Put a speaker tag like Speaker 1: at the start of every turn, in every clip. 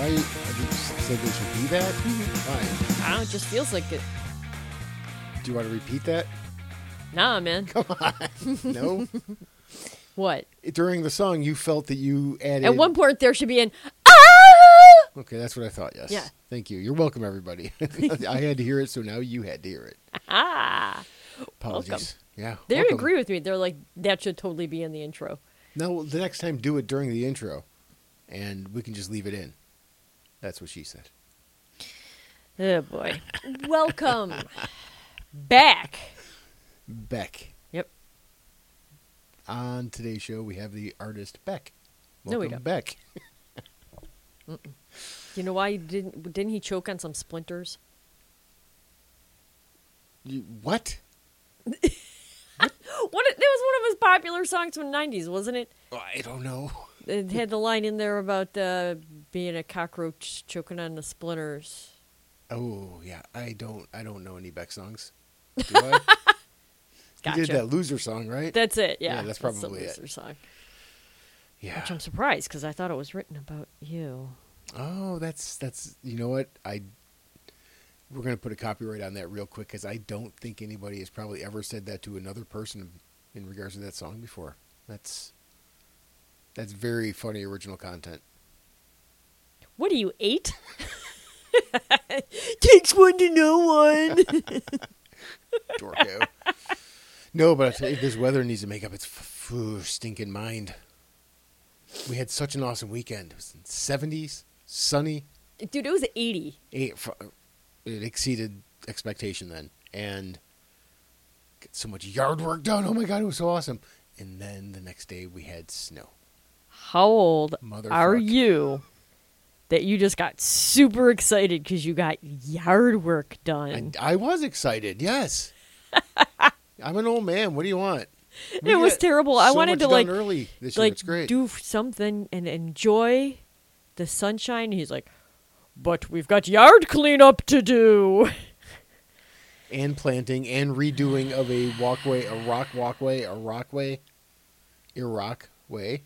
Speaker 1: I, I just said they should be that. Fine.
Speaker 2: I don't know, it just feels like it.
Speaker 1: Do you want to repeat that?
Speaker 2: Nah, man.
Speaker 1: Come on. no.
Speaker 2: What?
Speaker 1: During the song, you felt that you added.
Speaker 2: At one point, there should be an. Ah!
Speaker 1: Okay, that's what I thought. Yes.
Speaker 2: Yeah.
Speaker 1: Thank you. You're welcome, everybody. I had to hear it, so now you had to hear it.
Speaker 2: Ah!
Speaker 1: Apologies.
Speaker 2: Welcome.
Speaker 1: Yeah.
Speaker 2: They didn't
Speaker 1: welcome.
Speaker 2: agree with me. They're like, that should totally be in the intro.
Speaker 1: No, well, the next time, do it during the intro, and we can just leave it in. That's what she said.
Speaker 2: Oh, boy. Welcome back.
Speaker 1: Beck.
Speaker 2: Yep.
Speaker 1: On today's show, we have the artist Beck. Welcome,
Speaker 2: No, we don't.
Speaker 1: Beck.
Speaker 2: You know why he didn't didn't he choke on some splinters?
Speaker 1: You, what?
Speaker 2: What that was one of his popular songs from the '90s, wasn't it?
Speaker 1: Oh, I don't know.
Speaker 2: It had the line in there about uh, being a cockroach choking on the splinters.
Speaker 1: Oh yeah, I don't. I don't know any Beck songs. Do I?
Speaker 2: Gotcha.
Speaker 1: You did that loser song, right?
Speaker 2: That's it. Yeah,
Speaker 1: Yeah, that's
Speaker 2: the
Speaker 1: probably it.
Speaker 2: loser song.
Speaker 1: yeah.
Speaker 2: Which I'm surprised because I thought it was written about you.
Speaker 1: Oh, that's that's. You know what? I we're gonna put a copyright on that real quick because I don't think anybody has probably ever said that to another person in regards to that song before. That's that's very funny original content.
Speaker 2: What are you eight? Takes one to know one.
Speaker 1: Dorko. no, but I tell you, this weather needs to make up its f- f- stinking mind. We had such an awesome weekend. It was in seventies, sunny.
Speaker 2: Dude, it was 80.
Speaker 1: It, f- it exceeded expectation then, and get so much yard work done. Oh my god, it was so awesome. And then the next day we had snow.
Speaker 2: How old are
Speaker 1: Motherfuck.
Speaker 2: you that you just got super excited because you got yard work done?
Speaker 1: And I was excited. Yes, I'm an old man. What do you want?
Speaker 2: It was
Speaker 1: got
Speaker 2: terrible. I
Speaker 1: so
Speaker 2: wanted
Speaker 1: much
Speaker 2: to, like-
Speaker 1: done early this year.
Speaker 2: like,
Speaker 1: It's great.
Speaker 2: do something and enjoy the sunshine. He's like, but we've got yard cleanup to do.
Speaker 1: and planting and redoing of a walkway, a rock walkway, a rockway, Iraq way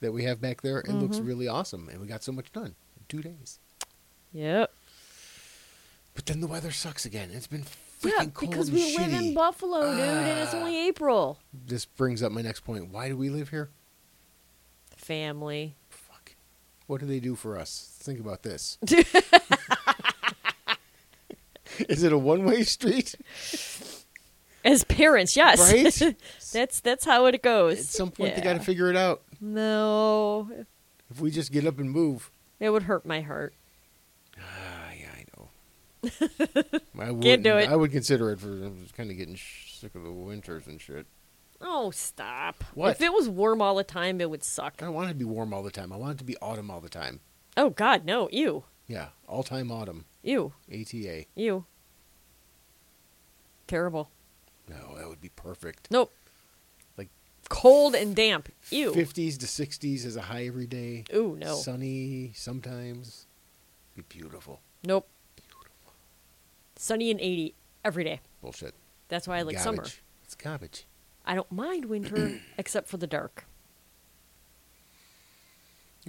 Speaker 1: that we have back there. It looks
Speaker 2: Mm-hmm.
Speaker 1: really awesome, and we got so much done in two days.
Speaker 2: Yep.
Speaker 1: But then the weather sucks again. It's been freaking
Speaker 2: Yeah,
Speaker 1: cold
Speaker 2: because
Speaker 1: and
Speaker 2: we live
Speaker 1: shitty. Ah.
Speaker 2: in Buffalo, dude, and it's only April.
Speaker 1: this brings up my next point. Why do we live here?
Speaker 2: Family.
Speaker 1: Fuck. What do they do for us? Think about this. Is it a one-way street?
Speaker 2: As parents, yes.
Speaker 1: Right?
Speaker 2: that's that's how it goes.
Speaker 1: At some point, they
Speaker 2: Yeah.
Speaker 1: got to figure it out.
Speaker 2: No,
Speaker 1: If we just get up and move,
Speaker 2: it would hurt my heart.
Speaker 1: Ah, yeah, I know. I would
Speaker 2: do it.
Speaker 1: I would consider it for I'm just kind of getting sh- sick of the winters and shit.
Speaker 2: Oh, stop.
Speaker 1: What? Oh.
Speaker 2: If it was warm all the time, it would suck.
Speaker 1: I don't want it to be warm all the time. I want it to be autumn all the time.
Speaker 2: Oh God, no. Ew,
Speaker 1: Yeah, all time autumn.
Speaker 2: ew,
Speaker 1: ATA.
Speaker 2: ew. Terrible.
Speaker 1: No, that would be perfect.
Speaker 2: Nope.
Speaker 1: Like-
Speaker 2: cold and damp. Ew.
Speaker 1: 50s to 60s is a high every day.
Speaker 2: Ooh, no.
Speaker 1: Sunny sometimes. Be beautiful.
Speaker 2: Nope. Sunny and 80 every day.
Speaker 1: Bullshit.
Speaker 2: That's why I like
Speaker 1: garbage.
Speaker 2: summer.
Speaker 1: It's garbage.
Speaker 2: I don't mind winter except for the dark.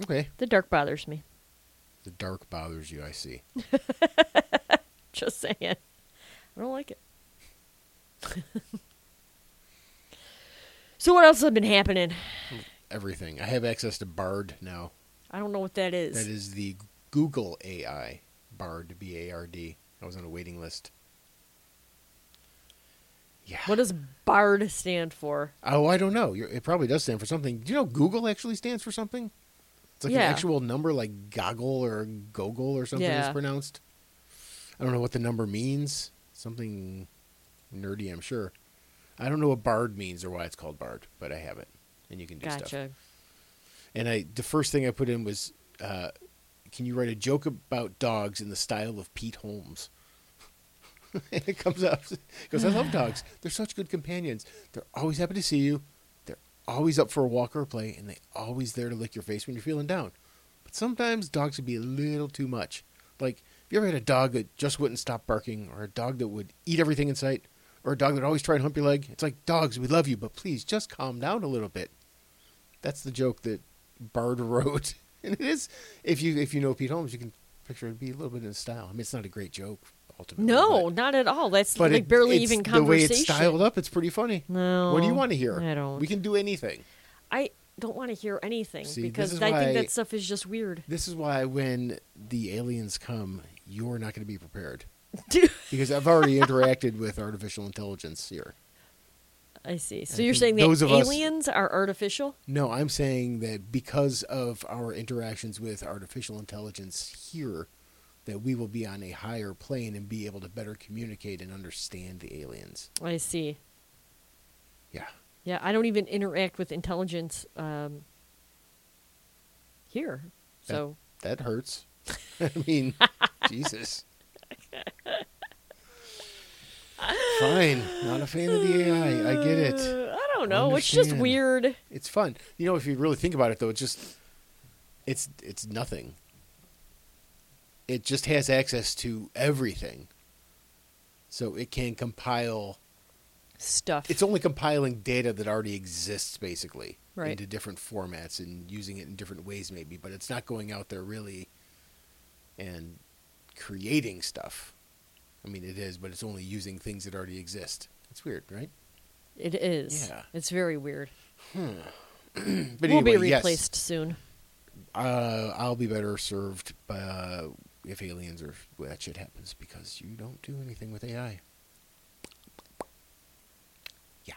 Speaker 1: Okay.
Speaker 2: The dark bothers me.
Speaker 1: The dark bothers you, I see.
Speaker 2: Just saying. I don't like it. so what else has been happening?
Speaker 1: Everything. I have access to Bard now.
Speaker 2: I don't know what that is.
Speaker 1: That is the Google AI, Bard, B A R D. I was on a waiting list. Yeah.
Speaker 2: What does BARD stand for?
Speaker 1: Oh, I don't know. You're, it probably does stand for something. Do you know Google actually stands for something? It's like
Speaker 2: Yeah.
Speaker 1: an actual number, like goggle or goggle or something
Speaker 2: Yeah.
Speaker 1: is pronounced. I don't know what the number means. Something nerdy, I'm sure. I don't know what Bard means or why it's called Bard, but I have it, and you can do stuff.
Speaker 2: Gotcha.
Speaker 1: and I the first thing I put in was, uh, "Can you write a joke about dogs in the style of Pete Holmes?" and it comes up because I love dogs. They're such good companions. They're always happy to see you. They're always up for a walk or a play, and they always there to lick your face when you're feeling down. But sometimes dogs would be a little too much. Like, have you ever had a dog that just wouldn't stop barking, or a dog that would eat everything in sight, or a dog that always try and hump your leg? It's like, dogs, we love you, but please just calm down a little bit. That's the joke that Bard wrote and it is if you if you know Pete Holmes, you can picture it be a little bit in style. I mean, it's not a great joke ultimately.
Speaker 2: No,
Speaker 1: but,
Speaker 2: not at all. That's
Speaker 1: but
Speaker 2: like
Speaker 1: it-
Speaker 2: barely
Speaker 1: it's-
Speaker 2: even
Speaker 1: the way
Speaker 2: conversation.
Speaker 1: it's styled up. It's pretty funny.
Speaker 2: No.
Speaker 1: What do you want to hear?
Speaker 2: I don't.
Speaker 1: We can do anything.
Speaker 2: I don't want to hear anything
Speaker 1: See, this
Speaker 2: because
Speaker 1: is
Speaker 2: I think
Speaker 1: why-
Speaker 2: that stuff is just weird.
Speaker 1: This is why when the aliens come, you're not going to be prepared because I've already interacted with artificial intelligence here.
Speaker 2: I see. So
Speaker 1: I
Speaker 2: you're
Speaker 1: think
Speaker 2: saying that
Speaker 1: those of us-
Speaker 2: aliens are artificial?
Speaker 1: No, I'm saying that because of our interactions with artificial intelligence here, that we will be on a higher plane and be able to better communicate and understand the aliens.
Speaker 2: I see.
Speaker 1: Yeah.
Speaker 2: Yeah, I don't even interact with intelligence um, here.
Speaker 1: That-
Speaker 2: So
Speaker 1: That hurts. I mean, Jesus. Fine. Not a fan of the AI. I get it.
Speaker 2: Uh, I don't know. It's just
Speaker 1: Understand.
Speaker 2: weird.
Speaker 1: It's fun. You know, if you really think about it though, it's just it's it's nothing. It just has access to everything. So it can compile
Speaker 2: Stuff.
Speaker 1: it's only compiling data that already exists basically
Speaker 2: Right.
Speaker 1: into different formats and using it in different ways maybe but it's not going out there really and creating stuff i mean it is but it's only using things that already exist it's weird right
Speaker 2: it is.
Speaker 1: Yeah.
Speaker 2: It's very weird.
Speaker 1: but
Speaker 2: we'll be
Speaker 1: anyway, yes,
Speaker 2: replaced soon.
Speaker 1: uh, i'll be better served by, uh, if aliens or well, that shit happens because you don't do anything with ai yeah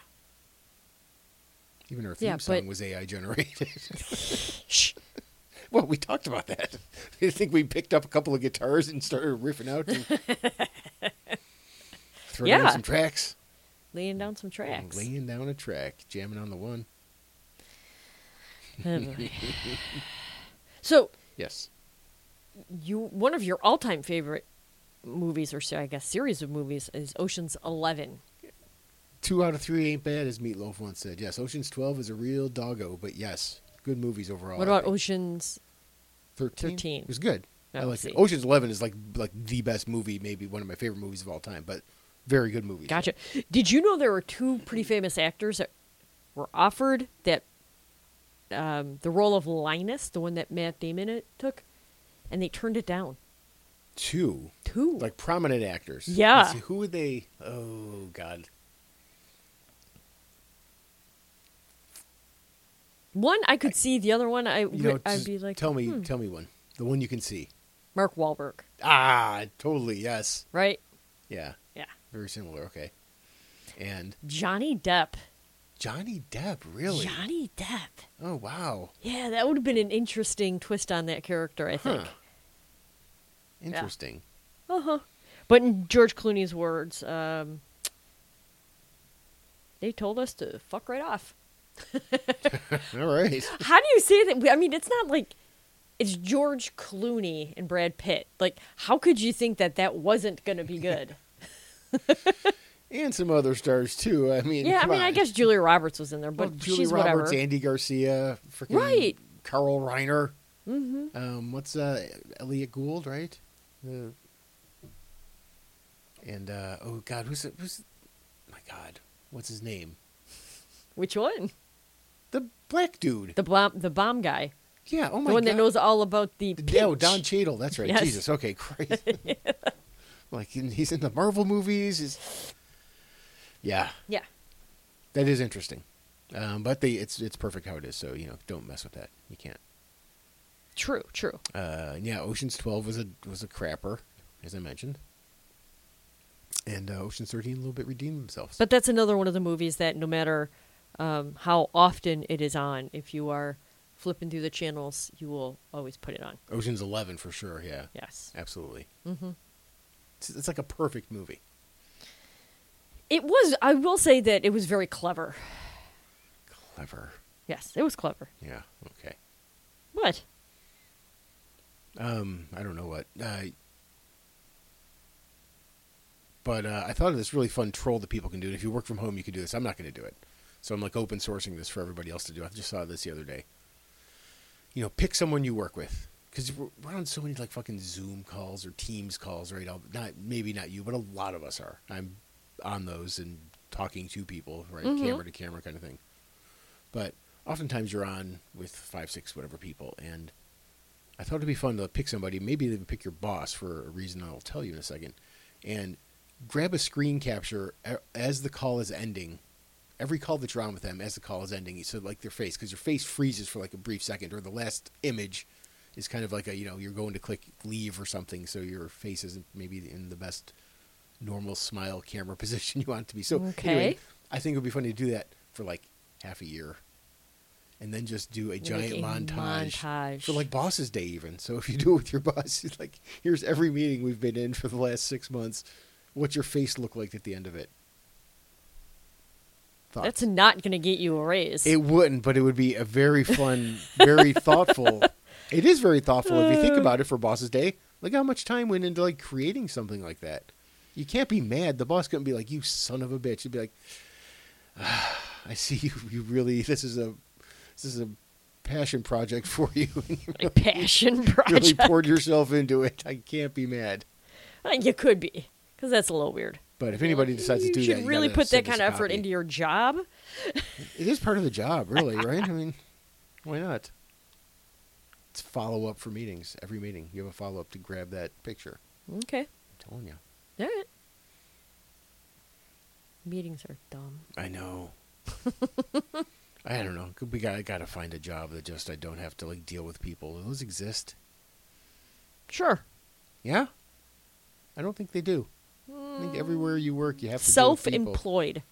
Speaker 1: even our theme
Speaker 2: Yeah,
Speaker 1: song
Speaker 2: but-
Speaker 1: was ai generated
Speaker 2: Shh.
Speaker 1: Well, we talked about that. I think we picked up a couple of guitars and started riffing out and throwing
Speaker 2: Yeah.
Speaker 1: some tracks.
Speaker 2: Laying down some tracks.
Speaker 1: Laying down a track, jamming on the one.
Speaker 2: Oh, boy. so
Speaker 1: Yes.
Speaker 2: you one of your all-time favorite movies or se- I guess series of movies is Ocean's 11.
Speaker 1: Two out of three ain't bad, as Meatloaf once said. Yes, Ocean's 12 is a real doggo, but yes, good movies overall.
Speaker 2: what
Speaker 1: I
Speaker 2: about
Speaker 1: think.
Speaker 2: Ocean's
Speaker 1: 13?
Speaker 2: 13?
Speaker 1: It was good.
Speaker 2: Oh,
Speaker 1: I liked
Speaker 2: see.
Speaker 1: it. Ocean's 11 is like like the best movie, maybe one of my favorite movies of all time, but very good movie.
Speaker 2: Gotcha. Did you know there were two pretty famous actors that were offered that um, the role of Linus, the one that Matt Damon it took, and they turned it down.
Speaker 1: Two.
Speaker 2: Two.
Speaker 1: like prominent actors.
Speaker 2: Yeah.
Speaker 1: Let's see, who would they? Oh God.
Speaker 2: one I could see, the other one I would
Speaker 1: You know,
Speaker 2: I'd
Speaker 1: just
Speaker 2: be like hmm,
Speaker 1: tell me, tell me one. The one you can see.
Speaker 2: Mark Wahlberg,
Speaker 1: Ah, totally. Yes.
Speaker 2: right?
Speaker 1: Yeah.
Speaker 2: Yeah.
Speaker 1: Very similar. Okay. And
Speaker 2: Johnny Depp.
Speaker 1: Johnny Depp, really?
Speaker 2: Johnny Depp.
Speaker 1: Oh wow,
Speaker 2: Yeah, that would have been an interesting twist on that character, I think.
Speaker 1: Huh. interesting.
Speaker 2: Uh huh. But in George Clooney's words, um, they told us to fuck right off.
Speaker 1: All right.
Speaker 2: How do you say that? I mean, it's not like it's George Clooney and Brad Pitt. Like, how could you think that that wasn't going to be good?
Speaker 1: And some other stars too. I mean,
Speaker 2: yeah, I
Speaker 1: come
Speaker 2: mean, I
Speaker 1: on.
Speaker 2: guess Julia Roberts was in there, but
Speaker 1: Well, Julie
Speaker 2: she's
Speaker 1: Roberts,
Speaker 2: whatever.
Speaker 1: Andy Garcia, freaking
Speaker 2: Right.
Speaker 1: Carl Reiner. Mm-hmm. Um, what's uh, Elliot Gould, right? The and uh, oh God, who's it? Who's my God? What's his name?
Speaker 2: Which one?
Speaker 1: The black dude.
Speaker 2: The bomb, the bomb guy,
Speaker 1: yeah. Oh my
Speaker 2: the one
Speaker 1: God.
Speaker 2: that knows all about the.
Speaker 1: D- Oh,
Speaker 2: pitch.
Speaker 1: Don Cheadle. That's right.
Speaker 2: Yes.
Speaker 1: Jesus. Okay, great. like and he's in the Marvel movies. He's... Yeah,
Speaker 2: Yeah,
Speaker 1: that is interesting. Um, but they, it's it's perfect how it is. So you know, don't mess with that. You can't.
Speaker 2: true, true.
Speaker 1: uh, yeah, Ocean's Twelve was a was a crapper, as I mentioned, and uh, Ocean's Thirteen a little bit redeemed themselves.
Speaker 2: But that's another one of the movies that no matter um, how often it is on, if you are flipping through the channels, you will always put it on.
Speaker 1: Ocean's Eleven for sure, yeah,
Speaker 2: Yes.
Speaker 1: absolutely. Mm-hmm. It's, it's like a perfect movie.
Speaker 2: It was, I will say that it was very clever.
Speaker 1: Clever,
Speaker 2: Yes, it was clever.
Speaker 1: yeah, okay.
Speaker 2: What?
Speaker 1: Um, I don't know what. Uh, but uh, I thought of this really fun troll that people can do. And if you work from home, you can do this. I'm not going to do it. So I'm like open sourcing this for everybody else to do. I just saw this the other day. You know, pick someone you work with because we're, we're on so many like fucking Zoom calls or Teams calls right now. Not maybe not you, but a lot of us are. I'm on those and talking to people, right, camera to camera kind of thing. But oftentimes you're on with five, six, whatever people, and I thought it'd be fun to pick somebody, maybe even pick your boss for a reason I'll tell you in a second, and grab a screen capture a- as the call is ending. Every call that you're on with them as the call is ending, so like their face, because your face freezes for like a brief second, or the last image is kind of like a you know you're going to click leave or something, so your face isn't maybe in the best normal smile camera position you want it to be. So anyway,
Speaker 2: Okay.
Speaker 1: I think it would be funny to do that for like half a year, and then just do a giant
Speaker 2: a
Speaker 1: montage,
Speaker 2: montage.
Speaker 1: for like Boss's Day even. So if you do it with your boss, it's like here's every meeting we've been in for the last six months. What's your face look like at the end of it? Thoughts?
Speaker 2: That's not going to get you a raise.
Speaker 1: It wouldn't, but it would be a very fun, very thoughtful. It is very thoughtful if you think
Speaker 2: Uh.
Speaker 1: about it for Boss's Day. Look how much time went into like creating something like that. You can't be mad. The boss couldn't be like, "You son of a bitch." He'd be like, ah, "I see you. You really. This is a, this is a passion project for you. and you
Speaker 2: My passion project.
Speaker 1: really poured yourself into it. I can't be mad."
Speaker 2: you could be, because that's a little weird.
Speaker 1: But if anybody decides
Speaker 2: you
Speaker 1: to do
Speaker 2: should
Speaker 1: that,
Speaker 2: really
Speaker 1: gotta
Speaker 2: put that
Speaker 1: send us
Speaker 2: kind
Speaker 1: a
Speaker 2: of effort
Speaker 1: copy.
Speaker 2: into your job.
Speaker 1: It is part of the job, really, right? I mean, why not? It's follow up for meetings. Every meeting, you have a follow up to grab that picture.
Speaker 2: Okay.
Speaker 1: I'm telling you.
Speaker 2: All right. Meetings are dumb.
Speaker 1: I know. I don't know. We got got to find a job that just I don't have to like deal with people. Do those exist?
Speaker 2: Sure.
Speaker 1: Yeah. I don't think they do. I
Speaker 2: Hmm.
Speaker 1: think everywhere you work, you have to deal with people.
Speaker 2: Self-employed.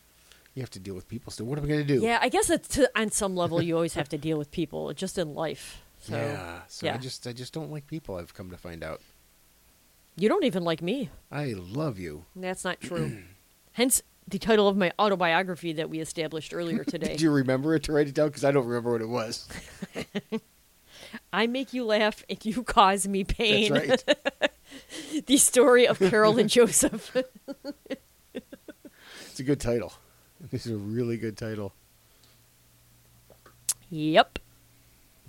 Speaker 1: You have to deal with people. Still, what am I going to do?
Speaker 2: Yeah, I guess it's to, on some level you always have to deal with people, just in life. So
Speaker 1: yeah. So I
Speaker 2: yeah.
Speaker 1: just I just don't like people. I've come to find out.
Speaker 2: you don't even like me.
Speaker 1: I love you.
Speaker 2: That's not true. Hence the title of my autobiography that we established earlier today.
Speaker 1: Did you remember it to write it down? Because I don't remember what it was.
Speaker 2: I make you laugh and you cause me pain.
Speaker 1: That's right.
Speaker 2: the story of Carol and Joseph.
Speaker 1: It's a good title. This is a really good title.
Speaker 2: yep.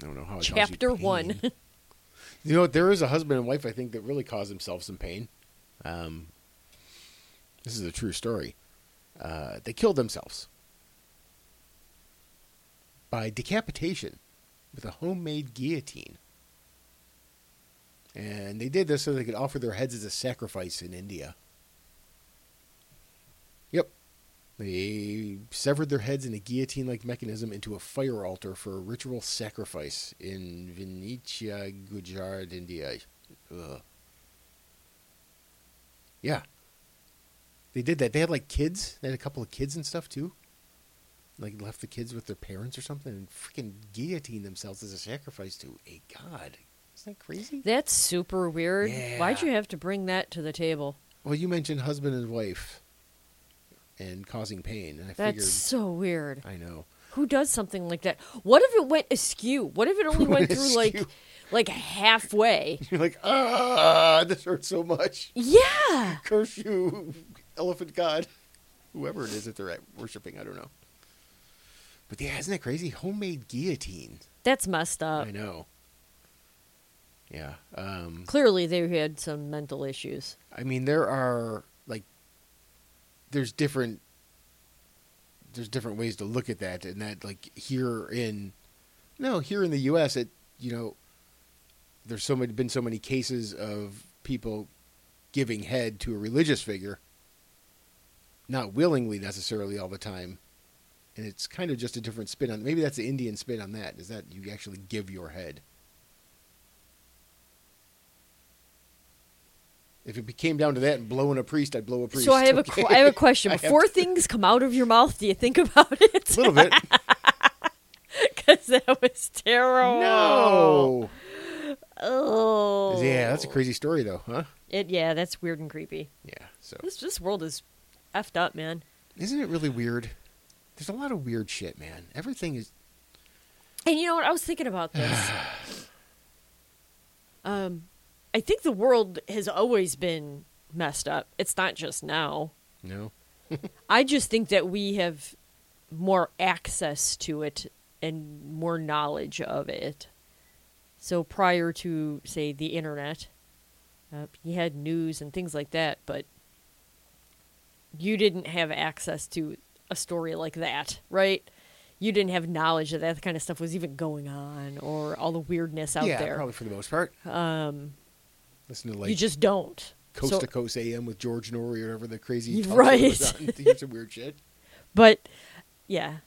Speaker 1: I don't know how. It caused Oh, you
Speaker 2: Chapter
Speaker 1: pain.
Speaker 2: one.
Speaker 1: You know, what? there is a husband and wife I think that really caused themselves some pain. Um, this is a true story. Uh, they killed themselves by decapitation with a homemade guillotine. And they did this so they could offer their heads as a sacrifice in India. Yep. They severed their heads in a guillotine like mechanism into a fire altar for a ritual sacrifice in Venetia, Gujarat, India. Ugh. Yeah. They did that. They had like kids. They had a couple of kids and stuff too. Like left the kids with their parents or something and freaking guillotined themselves as a sacrifice to a god. Isn't that crazy?
Speaker 2: That's super weird. Why'd
Speaker 1: Yeah.
Speaker 2: you have to bring that to the table?
Speaker 1: Well, you mentioned husband and wife and causing pain, and I
Speaker 2: That's
Speaker 1: figured
Speaker 2: so weird.
Speaker 1: I know.
Speaker 2: Who does something like that? What if it went askew? What if it only
Speaker 1: Went
Speaker 2: went through like
Speaker 1: askew.
Speaker 2: like halfway?
Speaker 1: You're like, ah, this hurts so much.
Speaker 2: Yeah.
Speaker 1: Curse you, elephant god, whoever it is that they're at worshiping. I don't know. But yeah, isn't that crazy? Homemade guillotine.
Speaker 2: That's messed up.
Speaker 1: I know. Yeah. Um,
Speaker 2: Clearly they had some mental issues.
Speaker 1: I mean, there are like, there's different, there's different ways to look at that, and that like here in, no, here in the U.S. It you know, there's so many been so many cases of people giving head to a religious figure, not willingly necessarily all the time, and it's kind of just a different spin on. Maybe that's the Indian spin on that. Is that you actually give your head. If it came down to that and blowing a priest, I'd blow a priest.
Speaker 2: So I have a
Speaker 1: okay?
Speaker 2: qu- I have a question.
Speaker 1: I have
Speaker 2: Before
Speaker 1: to-
Speaker 2: things come out of your mouth, do you think about it?
Speaker 1: a little bit.
Speaker 2: Because that was terrible.
Speaker 1: no.
Speaker 2: Oh.
Speaker 1: Yeah, that's a crazy story though, huh?
Speaker 2: It, yeah, that's weird and creepy.
Speaker 1: Yeah. So
Speaker 2: This this world is effed up, man.
Speaker 1: isn't it really weird? There's a lot of weird shit, man. Everything is
Speaker 2: And you know what? I was thinking about this. um, I think the world has always been messed up. It's not just now.
Speaker 1: no.
Speaker 2: I just think that we have more access to it and more knowledge of it. So prior to, say, the internet, uh, you had news and things like that, but you didn't have access to a story like that, right? you didn't have knowledge that that kind of stuff was even going on or all the weirdness out
Speaker 1: yeah,
Speaker 2: there.
Speaker 1: probably for the most part.
Speaker 2: Um,
Speaker 1: Listen to like
Speaker 2: you just don't.
Speaker 1: Coast
Speaker 2: So-
Speaker 1: to Coast AM with George Norrie or whatever the crazy
Speaker 2: You're
Speaker 1: talk show
Speaker 2: right.
Speaker 1: was on. They do some weird shit.
Speaker 2: but yeah.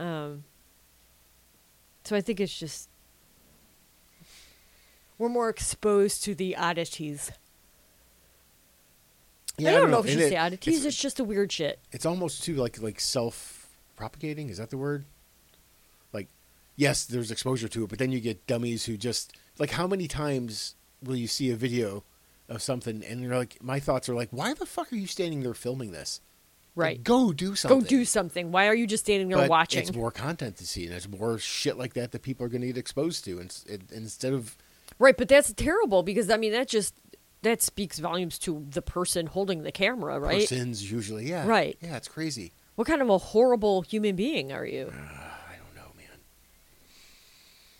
Speaker 2: Um, so I think it's just we're more exposed to the oddities. I, don't know, if
Speaker 1: And
Speaker 2: you should
Speaker 1: it-
Speaker 2: say oddities. It's,
Speaker 1: It's,
Speaker 2: just the weird shit.
Speaker 1: it's almost too like like self propagating. Is that the word? Like, yes, there's exposure to it, but then you get dummies who just like how many times will you see a video of something and you're like, my thoughts are like, why the fuck are you standing there filming this? Like,
Speaker 2: Right.
Speaker 1: go do something.
Speaker 2: Go do something. Why are you just standing there
Speaker 1: But
Speaker 2: watching?
Speaker 1: It's more content to see, and it's more shit like that that people are going to get exposed to. And, s- and instead of
Speaker 2: Right, but that's terrible because I mean that just that speaks volumes to the person holding the camera, right?
Speaker 1: persons, usually, yeah,
Speaker 2: Right.
Speaker 1: yeah, it's crazy.
Speaker 2: What kind of a horrible human being are you?
Speaker 1: I don't know, man.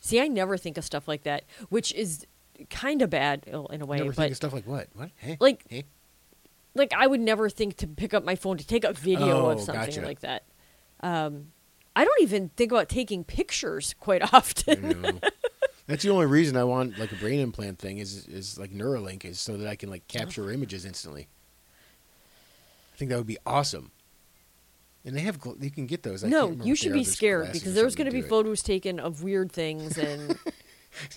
Speaker 2: See, I never think of stuff like that, which is kind of bad well, in a way,
Speaker 1: Never think
Speaker 2: but
Speaker 1: of stuff like what? What? Hey,
Speaker 2: Like,
Speaker 1: hey?
Speaker 2: like I would never think to pick up my phone to take a video of
Speaker 1: Oh,
Speaker 2: something
Speaker 1: gotcha.
Speaker 2: like that. Um I don't even think about taking pictures quite often.
Speaker 1: I know. That's the only reason I want like a brain implant thing is is like Neuralink is so that I can like capture images instantly. I think that would be awesome. And they have gl- you can get those. I can't
Speaker 2: no,
Speaker 1: remember
Speaker 2: you
Speaker 1: what they are.
Speaker 2: should be
Speaker 1: There's
Speaker 2: scared
Speaker 1: glasses
Speaker 2: because
Speaker 1: or
Speaker 2: there's
Speaker 1: something
Speaker 2: going to be
Speaker 1: do it.
Speaker 2: photos taken of weird things and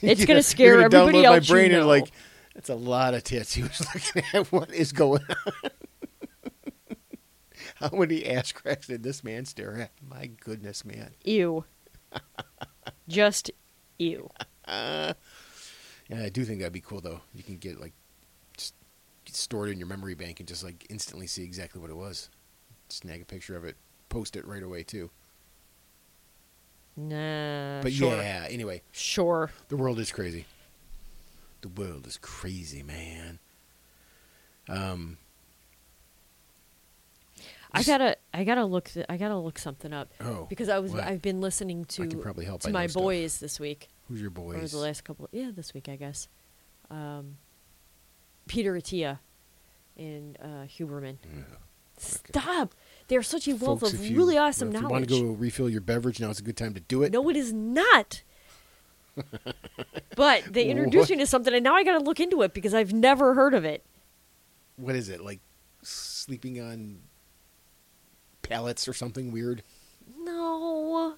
Speaker 2: it's
Speaker 1: Yeah,
Speaker 2: going to scare
Speaker 1: you're gonna
Speaker 2: everybody
Speaker 1: download
Speaker 2: else
Speaker 1: My brain
Speaker 2: you
Speaker 1: and
Speaker 2: know.
Speaker 1: like that's a lot of tits. He was looking at what is going on. How many ass cracks did this man stare at? My goodness, man.
Speaker 2: Ew. Just ew.
Speaker 1: Yeah, I do think that'd be cool though. You can get like just stored in your memory bank and just like instantly see exactly what it was. Snag a picture of it, post it right away too.
Speaker 2: Nah.
Speaker 1: But
Speaker 2: Uh, sure.
Speaker 1: yeah, anyway,
Speaker 2: Sure.
Speaker 1: the world is crazy. The world is crazy, man. Um,
Speaker 2: I
Speaker 1: Just-
Speaker 2: gotta, I gotta look, th- I gotta look something up
Speaker 1: oh,
Speaker 2: because I was,
Speaker 1: what?
Speaker 2: I've been listening to
Speaker 1: I can probably help.
Speaker 2: to
Speaker 1: I know
Speaker 2: my
Speaker 1: stuff.
Speaker 2: boys this week
Speaker 1: Who's your
Speaker 2: or
Speaker 1: boys?
Speaker 2: the last couple, yeah, this week I guess. Um, Peter Attia and uh, Huberman. Stop! They are such a wealth
Speaker 1: Folks,
Speaker 2: of
Speaker 1: if you-
Speaker 2: really awesome
Speaker 1: if
Speaker 2: knowledge.
Speaker 1: you want to go refill your beverage, now it's a good time to do it.
Speaker 2: No, it is not. but they introduced
Speaker 1: What?
Speaker 2: me to something, and now I got to look into it because I've never heard of it.
Speaker 1: What is it like? Sleeping on pallets or something weird?
Speaker 2: No,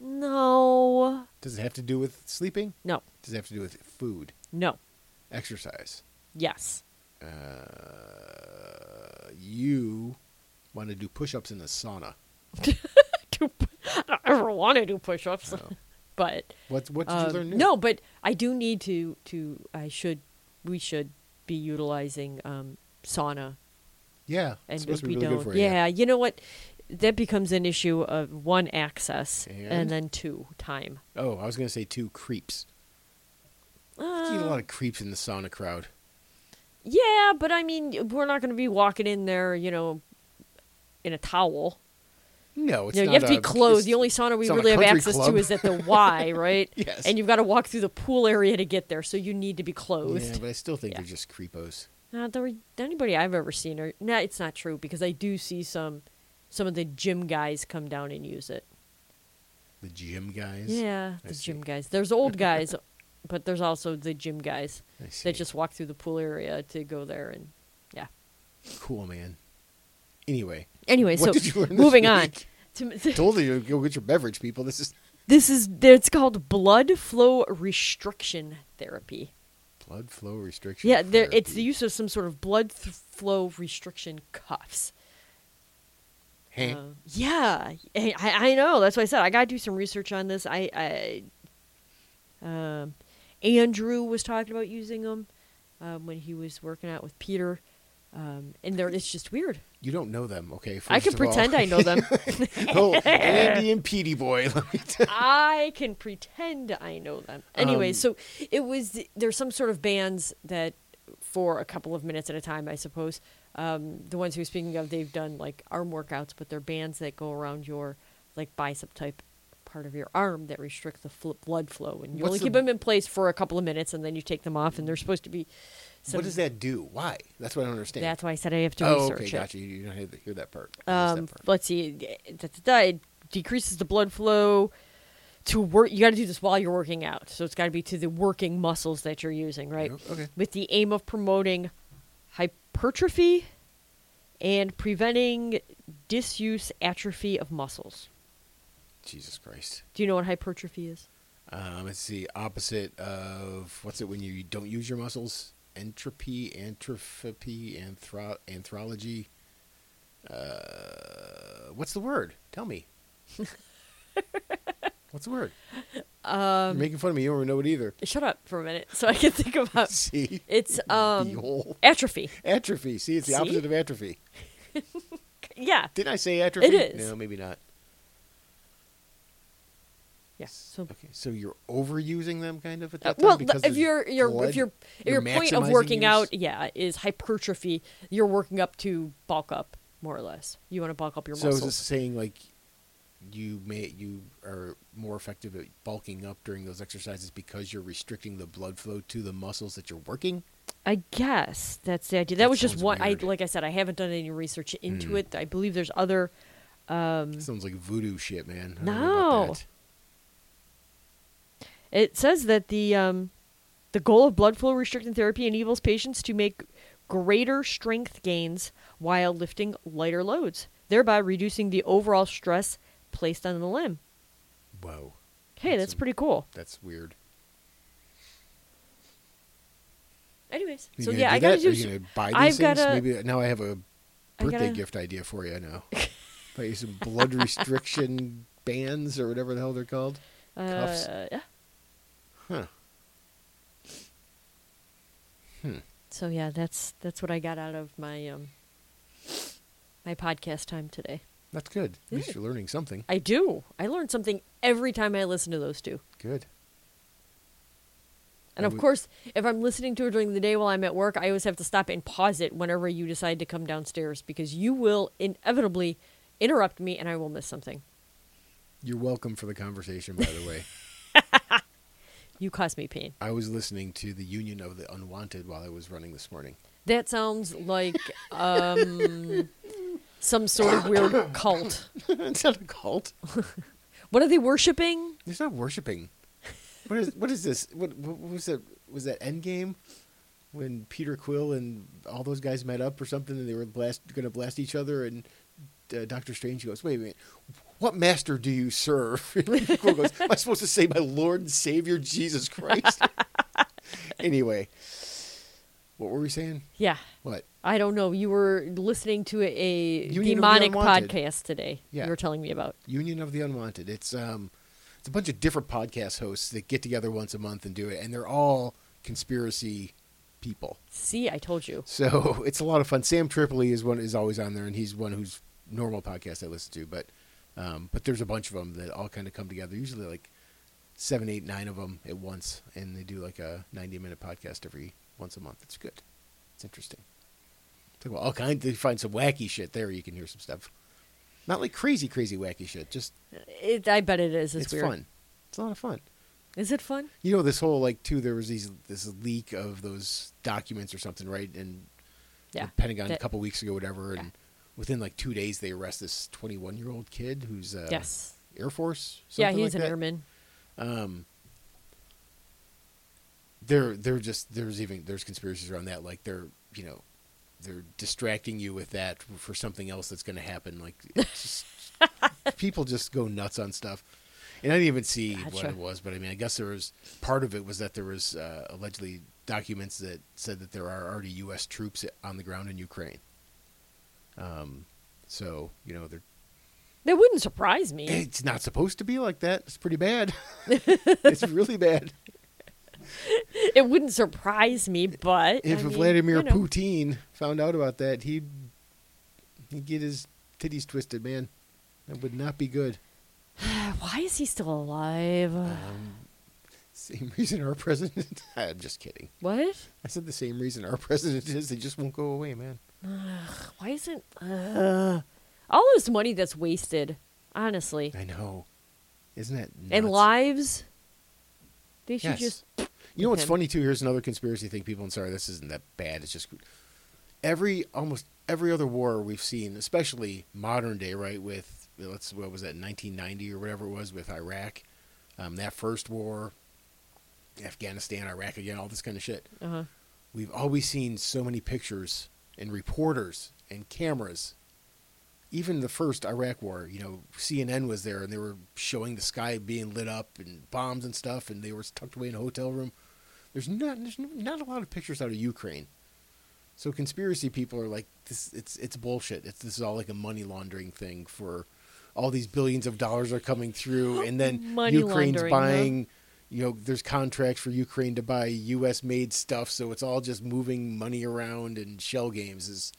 Speaker 2: no,
Speaker 1: Does it have to do with sleeping?
Speaker 2: no,
Speaker 1: Does it have to do with food,
Speaker 2: no.
Speaker 1: exercise?
Speaker 2: Yes,
Speaker 1: Uh, you want to do push-ups in the sauna?
Speaker 2: Do- I don't ever want to do push-ups, but
Speaker 1: What What did
Speaker 2: um,
Speaker 1: you learn? New?
Speaker 2: no, but I do need to to I should we should be utilizing um, sauna
Speaker 1: Yeah,
Speaker 2: and
Speaker 1: it's supposed to
Speaker 2: if
Speaker 1: be
Speaker 2: we
Speaker 1: really
Speaker 2: don't,
Speaker 1: good for you.
Speaker 2: yeah, you know what? That becomes an issue of one access and,
Speaker 1: And?
Speaker 2: then two time.
Speaker 1: Oh, I was gonna say two creeps. You get a
Speaker 2: Uh,
Speaker 1: lot of creeps in the sauna crowd.
Speaker 2: Yeah, but I mean, we're not going to be walking in there, you know, in a towel.
Speaker 1: No, it's
Speaker 2: you know,
Speaker 1: not
Speaker 2: you have to
Speaker 1: a-
Speaker 2: be closed.
Speaker 1: it's-
Speaker 2: The only sauna we
Speaker 1: it's not a
Speaker 2: really have
Speaker 1: country
Speaker 2: access
Speaker 1: club.
Speaker 2: to is at the Y, right?
Speaker 1: Yes.
Speaker 2: And you've got to walk through the pool area to get there, so you need to be
Speaker 1: Yeah,
Speaker 2: closed.
Speaker 1: but I still think
Speaker 2: Yeah.
Speaker 1: they're just creepos.
Speaker 2: Not that we- anybody I've ever seen, or no, it's not true because I do see some some of the gym guys come down and use it.
Speaker 1: The gym guys.
Speaker 2: Yeah,
Speaker 1: I
Speaker 2: the
Speaker 1: see.
Speaker 2: gym guys. There's old guys, but there's also the gym guys
Speaker 1: I see.
Speaker 2: that just walk through the pool area to go there and yeah.
Speaker 1: cool, man. Anyway,
Speaker 2: Anyway,
Speaker 1: What
Speaker 2: so
Speaker 1: did you learn this
Speaker 2: moving on.
Speaker 1: week?
Speaker 2: To,
Speaker 1: told you to go get your beverage, people. This is
Speaker 2: this is it's called blood flow restriction therapy.
Speaker 1: blood flow restriction.
Speaker 2: Yeah, there, it's the
Speaker 1: therapy.
Speaker 2: use of some sort of blood th- flow restriction cuffs.
Speaker 1: Hey,
Speaker 2: Uh, yeah, I, I I know. That's why I said I got to do some research on this. I, I um, Andrew was talking about using them um, when he was working out with Peter, um, and they're, it's just weird.
Speaker 1: you don't know them, okay?
Speaker 2: I
Speaker 1: first
Speaker 2: can
Speaker 1: of all.
Speaker 2: pretend I know them.
Speaker 1: oh, Andy and Petey boy. Let me tell
Speaker 2: I can pretend I know them. Anyway,
Speaker 1: Um,
Speaker 2: so it was there's some sort of bands that for a couple of minutes at a time, I suppose. Um, the ones who are speaking of, they've done like arm workouts, but they're bands that go around your like bicep type part of your arm that restrict the fl- blood flow, and you
Speaker 1: What's
Speaker 2: only
Speaker 1: the-
Speaker 2: keep them in place for a couple of minutes, and then you take them off, and they're supposed to be. Some,
Speaker 1: what does that do? Why? That's what I don't understand.
Speaker 2: That's why I said I have to
Speaker 1: oh,
Speaker 2: research
Speaker 1: okay,
Speaker 2: it.
Speaker 1: gotcha. You, you don't hear, the, hear that part. I missed
Speaker 2: Um,
Speaker 1: that part.
Speaker 2: let's see. It- it- it- it decreases the blood flow to work. You got to do this while you're working out, so it's got to be to the working muscles that you're using, right?
Speaker 1: Okay.
Speaker 2: With the aim of promoting hypertrophy and preventing disuse atrophy of muscles.
Speaker 1: Jesus Christ.
Speaker 2: Do you know what hypertrophy is?
Speaker 1: Um, it's the opposite of what's it when you don't use your muscles? Entropy, entropy, anthro- anthrology. Uh, what's the word? Tell me. what's the word?
Speaker 2: Um,
Speaker 1: You're making fun of me. You don't know it either.
Speaker 2: Shut up for a minute so I can think about.
Speaker 1: See,
Speaker 2: It's um
Speaker 1: Behold.
Speaker 2: atrophy.
Speaker 1: atrophy. See, it's the
Speaker 2: See?
Speaker 1: opposite of atrophy.
Speaker 2: Yeah.
Speaker 1: Didn't I say atrophy?
Speaker 2: is.
Speaker 1: No, maybe not.
Speaker 2: Yeah. So
Speaker 1: Okay, so you're overusing them, kind of. At
Speaker 2: Uh,
Speaker 1: that time
Speaker 2: well,
Speaker 1: because
Speaker 2: if
Speaker 1: there's
Speaker 2: your your
Speaker 1: blood?
Speaker 2: if your if
Speaker 1: You're
Speaker 2: your point of
Speaker 1: maximizing
Speaker 2: working
Speaker 1: use?
Speaker 2: out, yeah, is hypertrophy, you're working up to bulk up more or less. You want to bulk up your
Speaker 1: So is
Speaker 2: muscles.
Speaker 1: this saying like you may you are more effective at bulking up during those exercises because you're restricting the blood flow to the muscles that you're working?
Speaker 2: I guess that's the idea. That,
Speaker 1: That
Speaker 2: was just
Speaker 1: sounds
Speaker 2: one. I
Speaker 1: weird. Hmm.
Speaker 2: like I said, I haven't done any research into it. I believe there's other.
Speaker 1: Sounds like voodoo shit, man. I don't know about
Speaker 2: Mm. No.
Speaker 1: that.
Speaker 2: It says that the um, the goal of blood flow restricting therapy enables patients to make greater strength gains while lifting lighter loads, thereby reducing the overall stress placed on the limb.
Speaker 1: Whoa,
Speaker 2: Hey,
Speaker 1: That's
Speaker 2: that's
Speaker 1: a-
Speaker 2: pretty cool.
Speaker 1: that's weird.
Speaker 2: Anyways,
Speaker 1: You
Speaker 2: so
Speaker 1: gonna
Speaker 2: yeah,
Speaker 1: do
Speaker 2: I gotta
Speaker 1: that?
Speaker 2: do.
Speaker 1: Are you
Speaker 2: s-
Speaker 1: gonna buy these
Speaker 2: I've
Speaker 1: things?
Speaker 2: gotta-
Speaker 1: Maybe now I have a
Speaker 2: I
Speaker 1: birthday
Speaker 2: gotta-
Speaker 1: gift idea for you. I know. Buy you some blood restriction bands or whatever the hell they're called. Cuffs.
Speaker 2: Uh, yeah.
Speaker 1: Huh. Hmm.
Speaker 2: So yeah, that's that's what I got out of my um my podcast time today.
Speaker 1: That's good. At least
Speaker 2: Yeah.
Speaker 1: you're learning something.
Speaker 2: I do. I learn something every time I listen to those two.
Speaker 1: Good.
Speaker 2: And
Speaker 1: I
Speaker 2: of
Speaker 1: would-
Speaker 2: course, if I'm listening to it during the day while I'm at work, I always have to stop and pause it whenever you decide to come downstairs because you will inevitably interrupt me and I will miss something.
Speaker 1: You're welcome for the conversation, by the way.
Speaker 2: You cause me pain.
Speaker 1: I was listening to the Union of the Unwanted while I was running this morning.
Speaker 2: That sounds like um some sort of weird cult.
Speaker 1: it's not a cult.
Speaker 2: What are they worshiping?
Speaker 1: It's not worshiping. What is what is this? What, what was that? Was that Endgame when Peter Quill and all those guys met up or something, and they were blast going to blast each other? And uh, Doctor Strange goes, "Wait a minute, what master do you serve?" And Peter Quill goes, "Am I supposed to say my Lord and Savior Jesus Christ?" anyway, what were we saying?
Speaker 2: Yeah.
Speaker 1: What?
Speaker 2: I don't know. You were listening to a
Speaker 1: Union of the
Speaker 2: demonic
Speaker 1: Unwanted.
Speaker 2: podcast today.
Speaker 1: Yeah.
Speaker 2: You were telling me about.
Speaker 1: Union of the Unwanted. It's um, it's a bunch of different podcast hosts that get together once a month and do it, and they're all conspiracy people.
Speaker 2: See, I told you.
Speaker 1: So it's a lot of fun. Sam Tripoli is one is always on there, and he's one whose normal podcast I listen to. But um, but there's a bunch of them that all kind of come together. Usually like seven, eight, nine of them at once, and they do like a 90 minute podcast every once a month. It's good. It's interesting. Talk about all kinds. They find some wacky shit there. You can hear some stuff. Not like crazy, crazy wacky shit. Just
Speaker 2: It, I bet it is. It's,
Speaker 1: it's
Speaker 2: weird.
Speaker 1: fun. It's a lot of fun.
Speaker 2: Is it fun?
Speaker 1: You know, this whole like too. There was these this leak of those documents or something, right? And
Speaker 2: Yeah.
Speaker 1: the Pentagon
Speaker 2: That-
Speaker 1: a couple weeks ago, whatever.
Speaker 2: Yeah.
Speaker 1: And within like two days, they arrest this 21 year old kid who's uh,
Speaker 2: yes.
Speaker 1: Air Force.
Speaker 2: Yeah,
Speaker 1: something
Speaker 2: he's
Speaker 1: like
Speaker 2: an
Speaker 1: that.
Speaker 2: airman.
Speaker 1: They're they're just there's even there's conspiracies around that. Like they're you know they're distracting you with that for something else that's going to happen. Like it's just, people just go nuts on stuff. And I didn't even see what
Speaker 2: Gotcha.
Speaker 1: it was, but I mean, I guess there was part of it was that there was uh, allegedly documents that said that there are already U.S. troops on the ground in Ukraine. Um, so you know, they're
Speaker 2: That wouldn't surprise me.
Speaker 1: it's not supposed to be like that. It's pretty bad. it's really bad.
Speaker 2: it wouldn't surprise me, but
Speaker 1: If
Speaker 2: I mean,
Speaker 1: Vladimir
Speaker 2: you know.
Speaker 1: Putin found out about that, he'd, he'd get his titties twisted, man. That would not be good.
Speaker 2: Why is he still alive?
Speaker 1: Same reason our president. I'm just kidding.
Speaker 2: what?
Speaker 1: I said the same reason our president is. They just won't go away, man.
Speaker 2: Why isn't uh, all this money that's wasted? Honestly,
Speaker 1: I know. Isn't that nuts?
Speaker 2: and lives. They
Speaker 1: Yes.
Speaker 2: should just
Speaker 1: You know what's
Speaker 2: Okay.
Speaker 1: funny too? Here's another conspiracy thing, people. And sorry, this isn't that bad. It's just every almost every other war we've seen, especially modern day, right? With That's what was that 1990 or whatever it was with Iraq, um, that first war, Afghanistan, Iraq again, all this kind of shit.
Speaker 2: Uh huh.
Speaker 1: We've always seen so many pictures and reporters and cameras. Even the first Iraq war, you know, CNN was there and they were showing the sky being lit up and bombs and stuff, and they were tucked away in a hotel room. There's not there's not a lot of pictures out of Ukraine. So conspiracy people are like, this it's it's bullshit. It's this is all like a money laundering thing for all these billions of dollars are coming through and then
Speaker 2: Money
Speaker 1: Ukraine's
Speaker 2: laundering, huh?
Speaker 1: buying you know, there's contracts for Ukraine to buy US made stuff, so it's all just moving money around and shell games is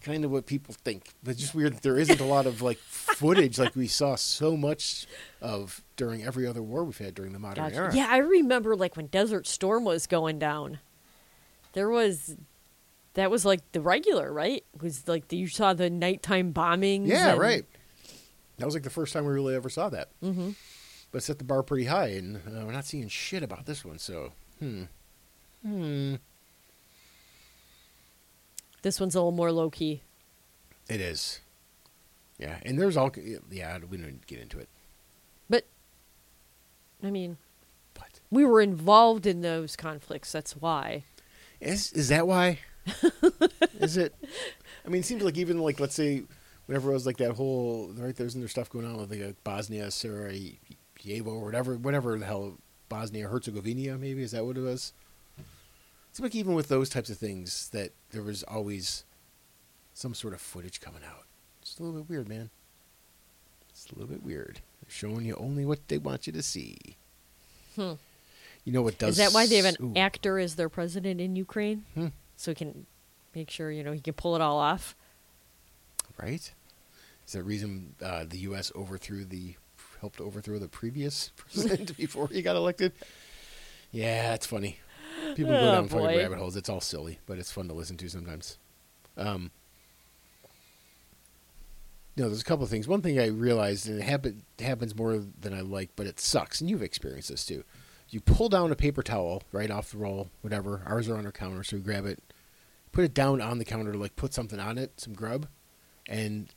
Speaker 1: kind of what people think. But it's just weird that there isn't a lot of like footage like we saw so much of during every other war we've had during the modern
Speaker 2: Gotcha.
Speaker 1: era.
Speaker 2: Yeah, I remember like when Desert Storm was going down. There was that was like the regular, right? It was like the, you saw the nighttime bombings.
Speaker 1: Yeah,
Speaker 2: and-
Speaker 1: right. That was like the first time we really ever saw that.
Speaker 2: Mhm.
Speaker 1: But set the bar pretty high, and uh, we're not seeing shit about this one. So, hmm, hmm,
Speaker 2: This one's a little more low key.
Speaker 1: it is. Yeah, and there's all yeah. We don't get into it,
Speaker 2: But I mean,
Speaker 1: but
Speaker 2: we were involved in those conflicts, that's why.
Speaker 1: is is that why? is it? I mean, it seems like even like let's say whenever it was like that whole right there's there's stuff going on with like uh, Bosnia, Sarajevo, or whatever, whatever the hell Bosnia Herzegovina maybe is that what it was? It's like even with those types of things that there was always some sort of footage coming out. It's a little bit weird, man. It's a little bit weird. They're showing you only what they want you to see.
Speaker 2: Hmm.
Speaker 1: You know what does
Speaker 2: Is that why they have an
Speaker 1: ooh.
Speaker 2: actor as their president in Ukraine?
Speaker 1: Hmm.
Speaker 2: So he can make sure, you know, he can pull it all off.
Speaker 1: Right? Is that reason uh, the U.S. overthrew the helped overthrow the previous president before he got elected? Yeah, it's funny. People go
Speaker 2: Oh,
Speaker 1: down funny
Speaker 2: boy.
Speaker 1: rabbit holes. It's all silly, but it's fun to listen to sometimes. Um, no, there's a couple of things. One thing I realized, and it happen, happens more than I like, but it sucks, and you've experienced this too. You pull down a paper towel right off the roll, whatever. Ours are on our counter, so we grab it, put it down on the counter to like put something on it, some grub, and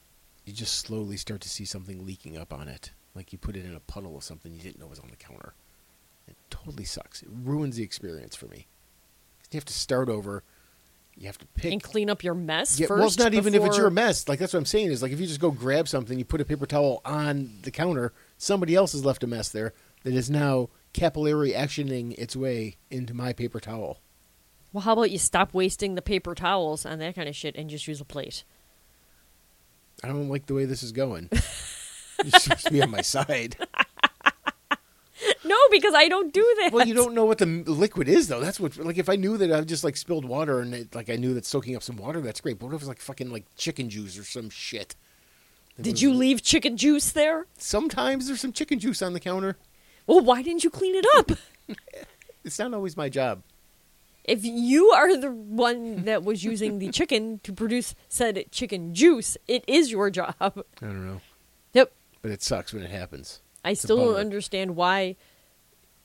Speaker 1: you just slowly start to see something leaking up on it. Like you put it in a puddle of something you didn't know was on the counter. It totally sucks. It ruins the experience for me. 'Cause You have to start over. You have to pick
Speaker 2: and clean up your mess
Speaker 1: yeah,
Speaker 2: first.
Speaker 1: well, it's not even if it's your
Speaker 2: before-
Speaker 1: mess. Like that's what I'm saying is like if you just go grab something, you put a paper towel on the counter, somebody else has left a mess there that is now capillary actioning its way into my paper towel.
Speaker 2: Well, how about you stop wasting the paper towels on that kind of shit and just use a plate?
Speaker 1: I don't like the way this is going. You're supposed to be on my side.
Speaker 2: No, because I don't do that.
Speaker 1: Well, you don't know what the m- liquid is though. That's what like if I knew that I've just like spilled water and it, like I knew that soaking up some water, that's great. But what if it's like fucking like chicken juice or some shit? It
Speaker 2: Did
Speaker 1: was-
Speaker 2: you leave chicken juice there?
Speaker 1: Sometimes there's some chicken juice on the counter.
Speaker 2: Well, why didn't you clean it up?
Speaker 1: It's not always my job.
Speaker 2: if you are the one that was using the chicken to produce said chicken juice, it is your job.
Speaker 1: I don't know.
Speaker 2: Yep.
Speaker 1: but it sucks when it happens.
Speaker 2: I
Speaker 1: a
Speaker 2: still don't
Speaker 1: bummer.
Speaker 2: understand why.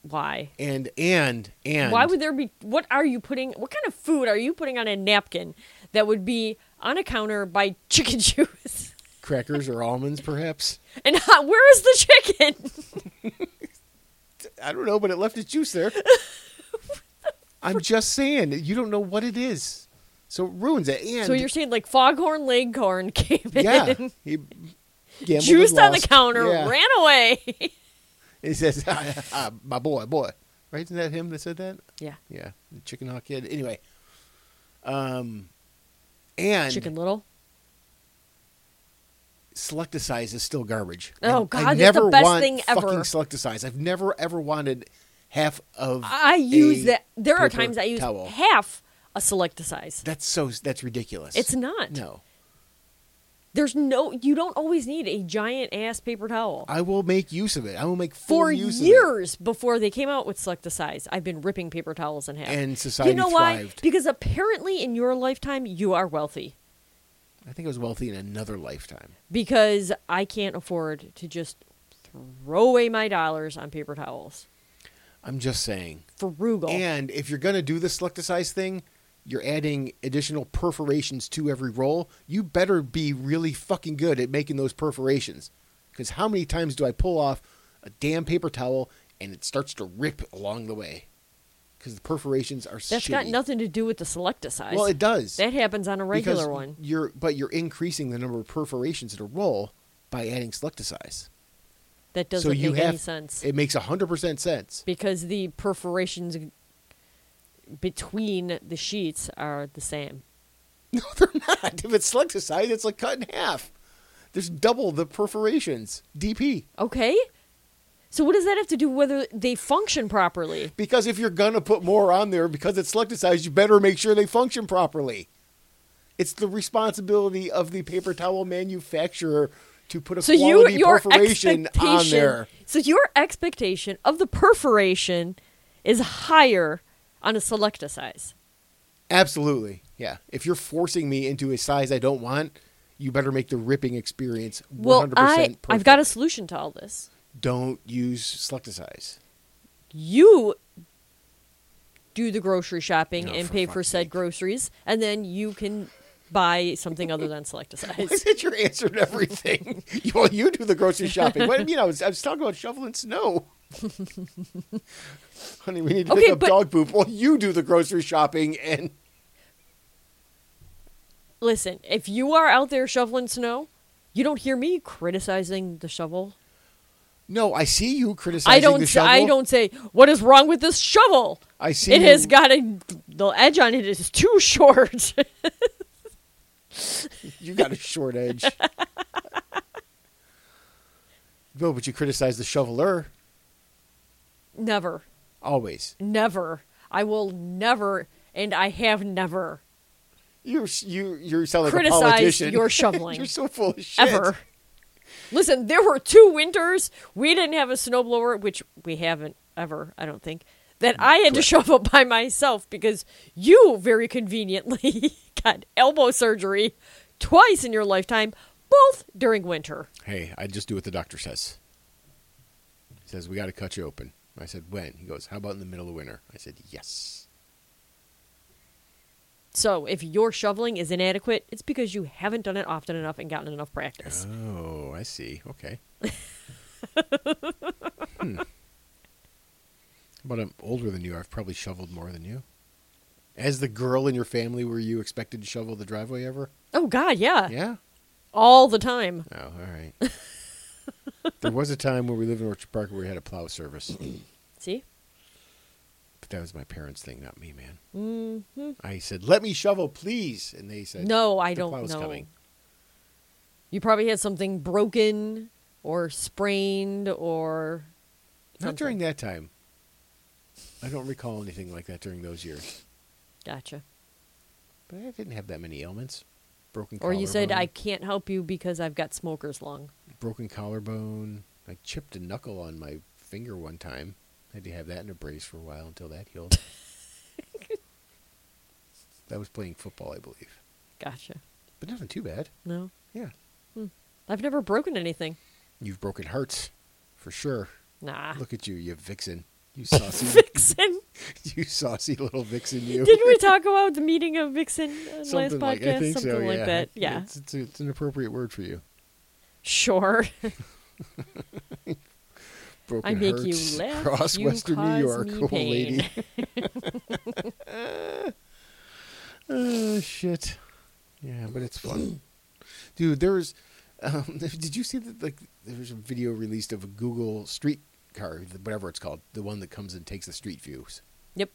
Speaker 2: Why?
Speaker 1: And and and
Speaker 2: Why would there be? What are you putting? What kind of food are you putting on a napkin that would be on a counter by chicken juice?
Speaker 1: crackers or almonds perhaps?
Speaker 2: And how, where is the chicken?
Speaker 1: I don't know, but it left its juice there. I'm just saying, you don't know what it is, so it ruins it. And
Speaker 2: So you're saying like foghorn leghorn came in,
Speaker 1: yeah, he gambled and
Speaker 2: juiced on the
Speaker 1: lost.
Speaker 2: counter,
Speaker 1: Yeah.
Speaker 2: ran away.
Speaker 1: He says, ah, ah, "My boy, boy." Right? Isn't that him that said that?
Speaker 2: yeah,
Speaker 1: Yeah, the chicken hawk kid. Anyway, um, and
Speaker 2: Chicken Little.
Speaker 1: Selecticize is still garbage.
Speaker 2: Oh,
Speaker 1: I- I
Speaker 2: God, that's the best
Speaker 1: want
Speaker 2: thing ever.
Speaker 1: Fucking Selecticize. I've never ever wanted half of.
Speaker 2: I
Speaker 1: a
Speaker 2: use that. There are
Speaker 1: paper
Speaker 2: times I use
Speaker 1: towel.
Speaker 2: half a selecticize.
Speaker 1: That's so. That's ridiculous.
Speaker 2: It's not.
Speaker 1: No,
Speaker 2: There's no. You don't always need a giant ass paper towel.
Speaker 1: I will make use of it. I will make full
Speaker 2: For
Speaker 1: use of
Speaker 2: years before they came out with selecticize, I've been ripping paper towels in half.
Speaker 1: it. And society
Speaker 2: you know
Speaker 1: thrived.
Speaker 2: why? Because apparently in your lifetime you are wealthy.
Speaker 1: I think I was wealthy in another lifetime.
Speaker 2: Because I can't afford to just throw away my dollars on paper towels.
Speaker 1: I'm just saying.
Speaker 2: Frugal.
Speaker 1: And if you're gonna do the selecticize thing, you're adding additional perforations to every roll, you better be really fucking good at making those perforations. Because how many times do I pull off a damn paper towel and it starts to rip along the way? Because the perforations are
Speaker 2: That's
Speaker 1: shitty.
Speaker 2: got nothing to do with the selecticize.
Speaker 1: Well, it does.
Speaker 2: that happens on a regular
Speaker 1: because
Speaker 2: one.
Speaker 1: You're but you're increasing the number of perforations in a roll by adding selecticize.
Speaker 2: That doesn't
Speaker 1: so you
Speaker 2: make
Speaker 1: have,
Speaker 2: any sense
Speaker 1: It makes hundred percent sense.
Speaker 2: because the perforations between the sheets are the same.
Speaker 1: No, they're not. If it's selecticized, it's like cut in half. There's double the perforations DP
Speaker 2: Okay? So what does that have to do whether they function properly?
Speaker 1: because if you're gonna put more on there because it's selecticized, you better make sure they function properly. It's the responsibility of the paper towel manufacturer to put a
Speaker 2: So you
Speaker 1: quality
Speaker 2: your
Speaker 1: perforation
Speaker 2: expectation
Speaker 1: on there.
Speaker 2: So your expectation of the perforation is higher on a selecticize.
Speaker 1: Absolutely. Yeah. If you're forcing me into a size I don't want, you better make the ripping experience 100%
Speaker 2: Well, I
Speaker 1: perfect.
Speaker 2: I've got a solution to all this.
Speaker 1: Don't use selecticize.
Speaker 2: You do the grocery shopping
Speaker 1: Oh,
Speaker 2: and
Speaker 1: for
Speaker 2: pay for
Speaker 1: fuck's
Speaker 2: said
Speaker 1: sake.
Speaker 2: groceries, and then you can buy something other than selecticize.
Speaker 1: Is it your answer to everything? well, you do the grocery shopping. What do you mean? I was, I was talking about shoveling snow. Honey, we need to pick
Speaker 2: Okay,
Speaker 1: up
Speaker 2: but-
Speaker 1: dog poop. Well, you do the grocery shopping and
Speaker 2: Listen, if you are out there shoveling snow, you don't hear me criticizing the shovel.
Speaker 1: no, I see you criticizing
Speaker 2: I don't.
Speaker 1: the
Speaker 2: Say,
Speaker 1: shovel.
Speaker 2: I don't say what is wrong with this shovel.
Speaker 1: I see.
Speaker 2: It
Speaker 1: you-
Speaker 2: has got a the edge on it is too short.
Speaker 1: You got a short edge. no, but you criticize the shoveler
Speaker 2: never,
Speaker 1: always.
Speaker 2: never. I will never, and I have never
Speaker 1: You you you sound like a
Speaker 2: criticized
Speaker 1: politician.
Speaker 2: your shoveling
Speaker 1: You're so full of shit.
Speaker 2: ever. Listen, there were two winters we didn't have a snowblower, which we haven't ever, I don't think. That I had to shovel by myself because you very conveniently got elbow surgery twice in your lifetime, both during winter.
Speaker 1: Hey, I just do what the doctor says. He says we got to cut you open. I said when? He goes, how about in the middle of winter? I said yes.
Speaker 2: So if your shoveling is inadequate, it's because you haven't done it often enough and gotten enough practice.
Speaker 1: Oh, I see. Okay. hmm. But I'm older than you. I've probably shoveled more than you. As the girl in your family, were you expected to shovel the driveway ever?
Speaker 2: Oh God, yeah.
Speaker 1: Yeah.
Speaker 2: All the time.
Speaker 1: Oh, all right. there was a time when we lived in Orchard Park where we had a plow service.
Speaker 2: See?
Speaker 1: But that was my parents' thing, not me, man.
Speaker 2: Mm,
Speaker 1: I said, "Let me shovel, please," and they said,
Speaker 2: no, I
Speaker 1: the
Speaker 2: don't
Speaker 1: plow's
Speaker 2: know.
Speaker 1: coming.
Speaker 2: You probably had something broken or sprained or
Speaker 1: Not
Speaker 2: something.
Speaker 1: during that time. I don't recall anything like that during those years.
Speaker 2: Gotcha.
Speaker 1: But I didn't have that many ailments. Broken
Speaker 2: Or you said I
Speaker 1: collarbone-
Speaker 2: can't help you because I've got smoker's lung.
Speaker 1: broken collarbone. I chipped a knuckle on my finger one time. had to have that in a brace for a while until that healed. that was playing football, I believe.
Speaker 2: Gotcha.
Speaker 1: But nothing too bad.
Speaker 2: No.
Speaker 1: Yeah.
Speaker 2: I've never broken anything.
Speaker 1: You've broken hearts, for sure.
Speaker 2: Nah.
Speaker 1: Look at you, you vixen. You saucy,
Speaker 2: Vixen.
Speaker 1: you saucy little vixen, you.
Speaker 2: Didn't we talk about the meeting of Vixen on last
Speaker 1: Something
Speaker 2: podcast?
Speaker 1: like, I think
Speaker 2: something
Speaker 1: so,
Speaker 2: like
Speaker 1: yeah.
Speaker 2: that. Yeah.
Speaker 1: It's, it's, it's an appropriate word for you.
Speaker 2: Sure.
Speaker 1: Broken
Speaker 2: I make you
Speaker 1: hearts
Speaker 2: laugh.
Speaker 1: across
Speaker 2: you
Speaker 1: Western
Speaker 2: cause
Speaker 1: New York,
Speaker 2: me
Speaker 1: old
Speaker 2: pain.
Speaker 1: lady. Oh shit! Yeah, but it's fun, dude. There was, um, did you see that? Like, there was a video released of a Google Street car, whatever it's called, the one that comes and takes the street views.
Speaker 2: Yep.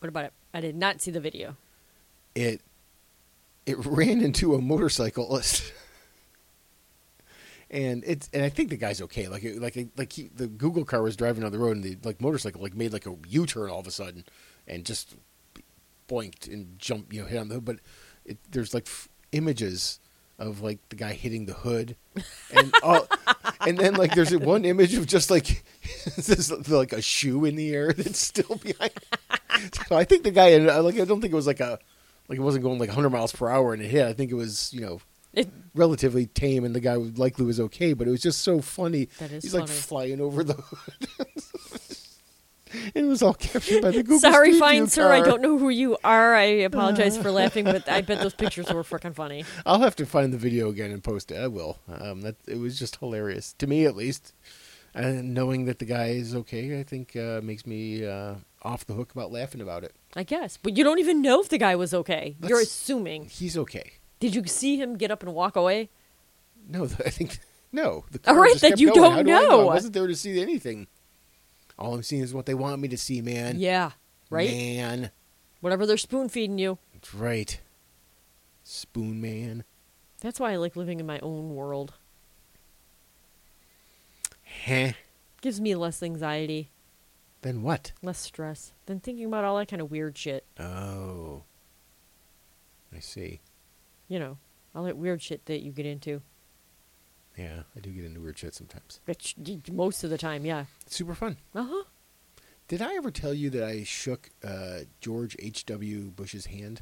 Speaker 2: What about it? I did not see the video.
Speaker 1: It, it ran into a motorcyclist, and it's and I think the guy's okay. Like, it, like, like he, the Google car was driving down the road, and the like motorcycle like made like a U turn all of a sudden, and just boinked and jumped, you know, hit on the hood. But it, there's like f- images of like the guy hitting the hood, and all, and then like there's one image of just like this like a shoe in the air that's still behind. so I think the guy, and I, like I don't think it was like a like it wasn't going like 100 miles per hour and it hit. I think it was you know
Speaker 2: It,
Speaker 1: relatively tame, and the guy was- likely was okay. But it was just so funny.
Speaker 2: That is
Speaker 1: He's like
Speaker 2: funny.
Speaker 1: flying over the hood. it was all captured by the Google
Speaker 2: Sorry,
Speaker 1: Street
Speaker 2: fine
Speaker 1: View
Speaker 2: sir, I
Speaker 1: car.
Speaker 2: don't know who you are. I apologize for laughing, but I bet those pictures were freaking funny.
Speaker 1: I'll have to find the video again and post it. I will. Um, that it was just hilarious to me, at least. And knowing that the guy is okay, I think uh, makes me uh, off the hook about laughing about it.
Speaker 2: I guess, but you don't even know if the guy was okay. You're
Speaker 1: That's-
Speaker 2: assuming.
Speaker 1: He's okay.
Speaker 2: Did you see him get up and walk away?
Speaker 1: No, th- I think no. The
Speaker 2: All
Speaker 1: car
Speaker 2: right,
Speaker 1: just
Speaker 2: then
Speaker 1: kept
Speaker 2: you
Speaker 1: going.
Speaker 2: don't
Speaker 1: How do I I
Speaker 2: know.
Speaker 1: wasn't there to see anything. All I'm seeing is what they want me to see, man.
Speaker 2: Yeah, right.
Speaker 1: Man,
Speaker 2: Whatever they're spoon feeding you.
Speaker 1: That's right. Spoon man.
Speaker 2: That's why I like living in my own world.
Speaker 1: Heh.
Speaker 2: Gives me less anxiety,
Speaker 1: Then what?
Speaker 2: less stress than thinking about all that kind of weird shit.
Speaker 1: Oh, I see.
Speaker 2: You know, all that weird shit that you get into.
Speaker 1: Yeah, I do get into weird shit sometimes.
Speaker 2: Which y- most of the time, yeah.
Speaker 1: It's super fun.
Speaker 2: Uh huh.
Speaker 1: Did I ever tell you that I shook uh, George H.W. Bush's hand?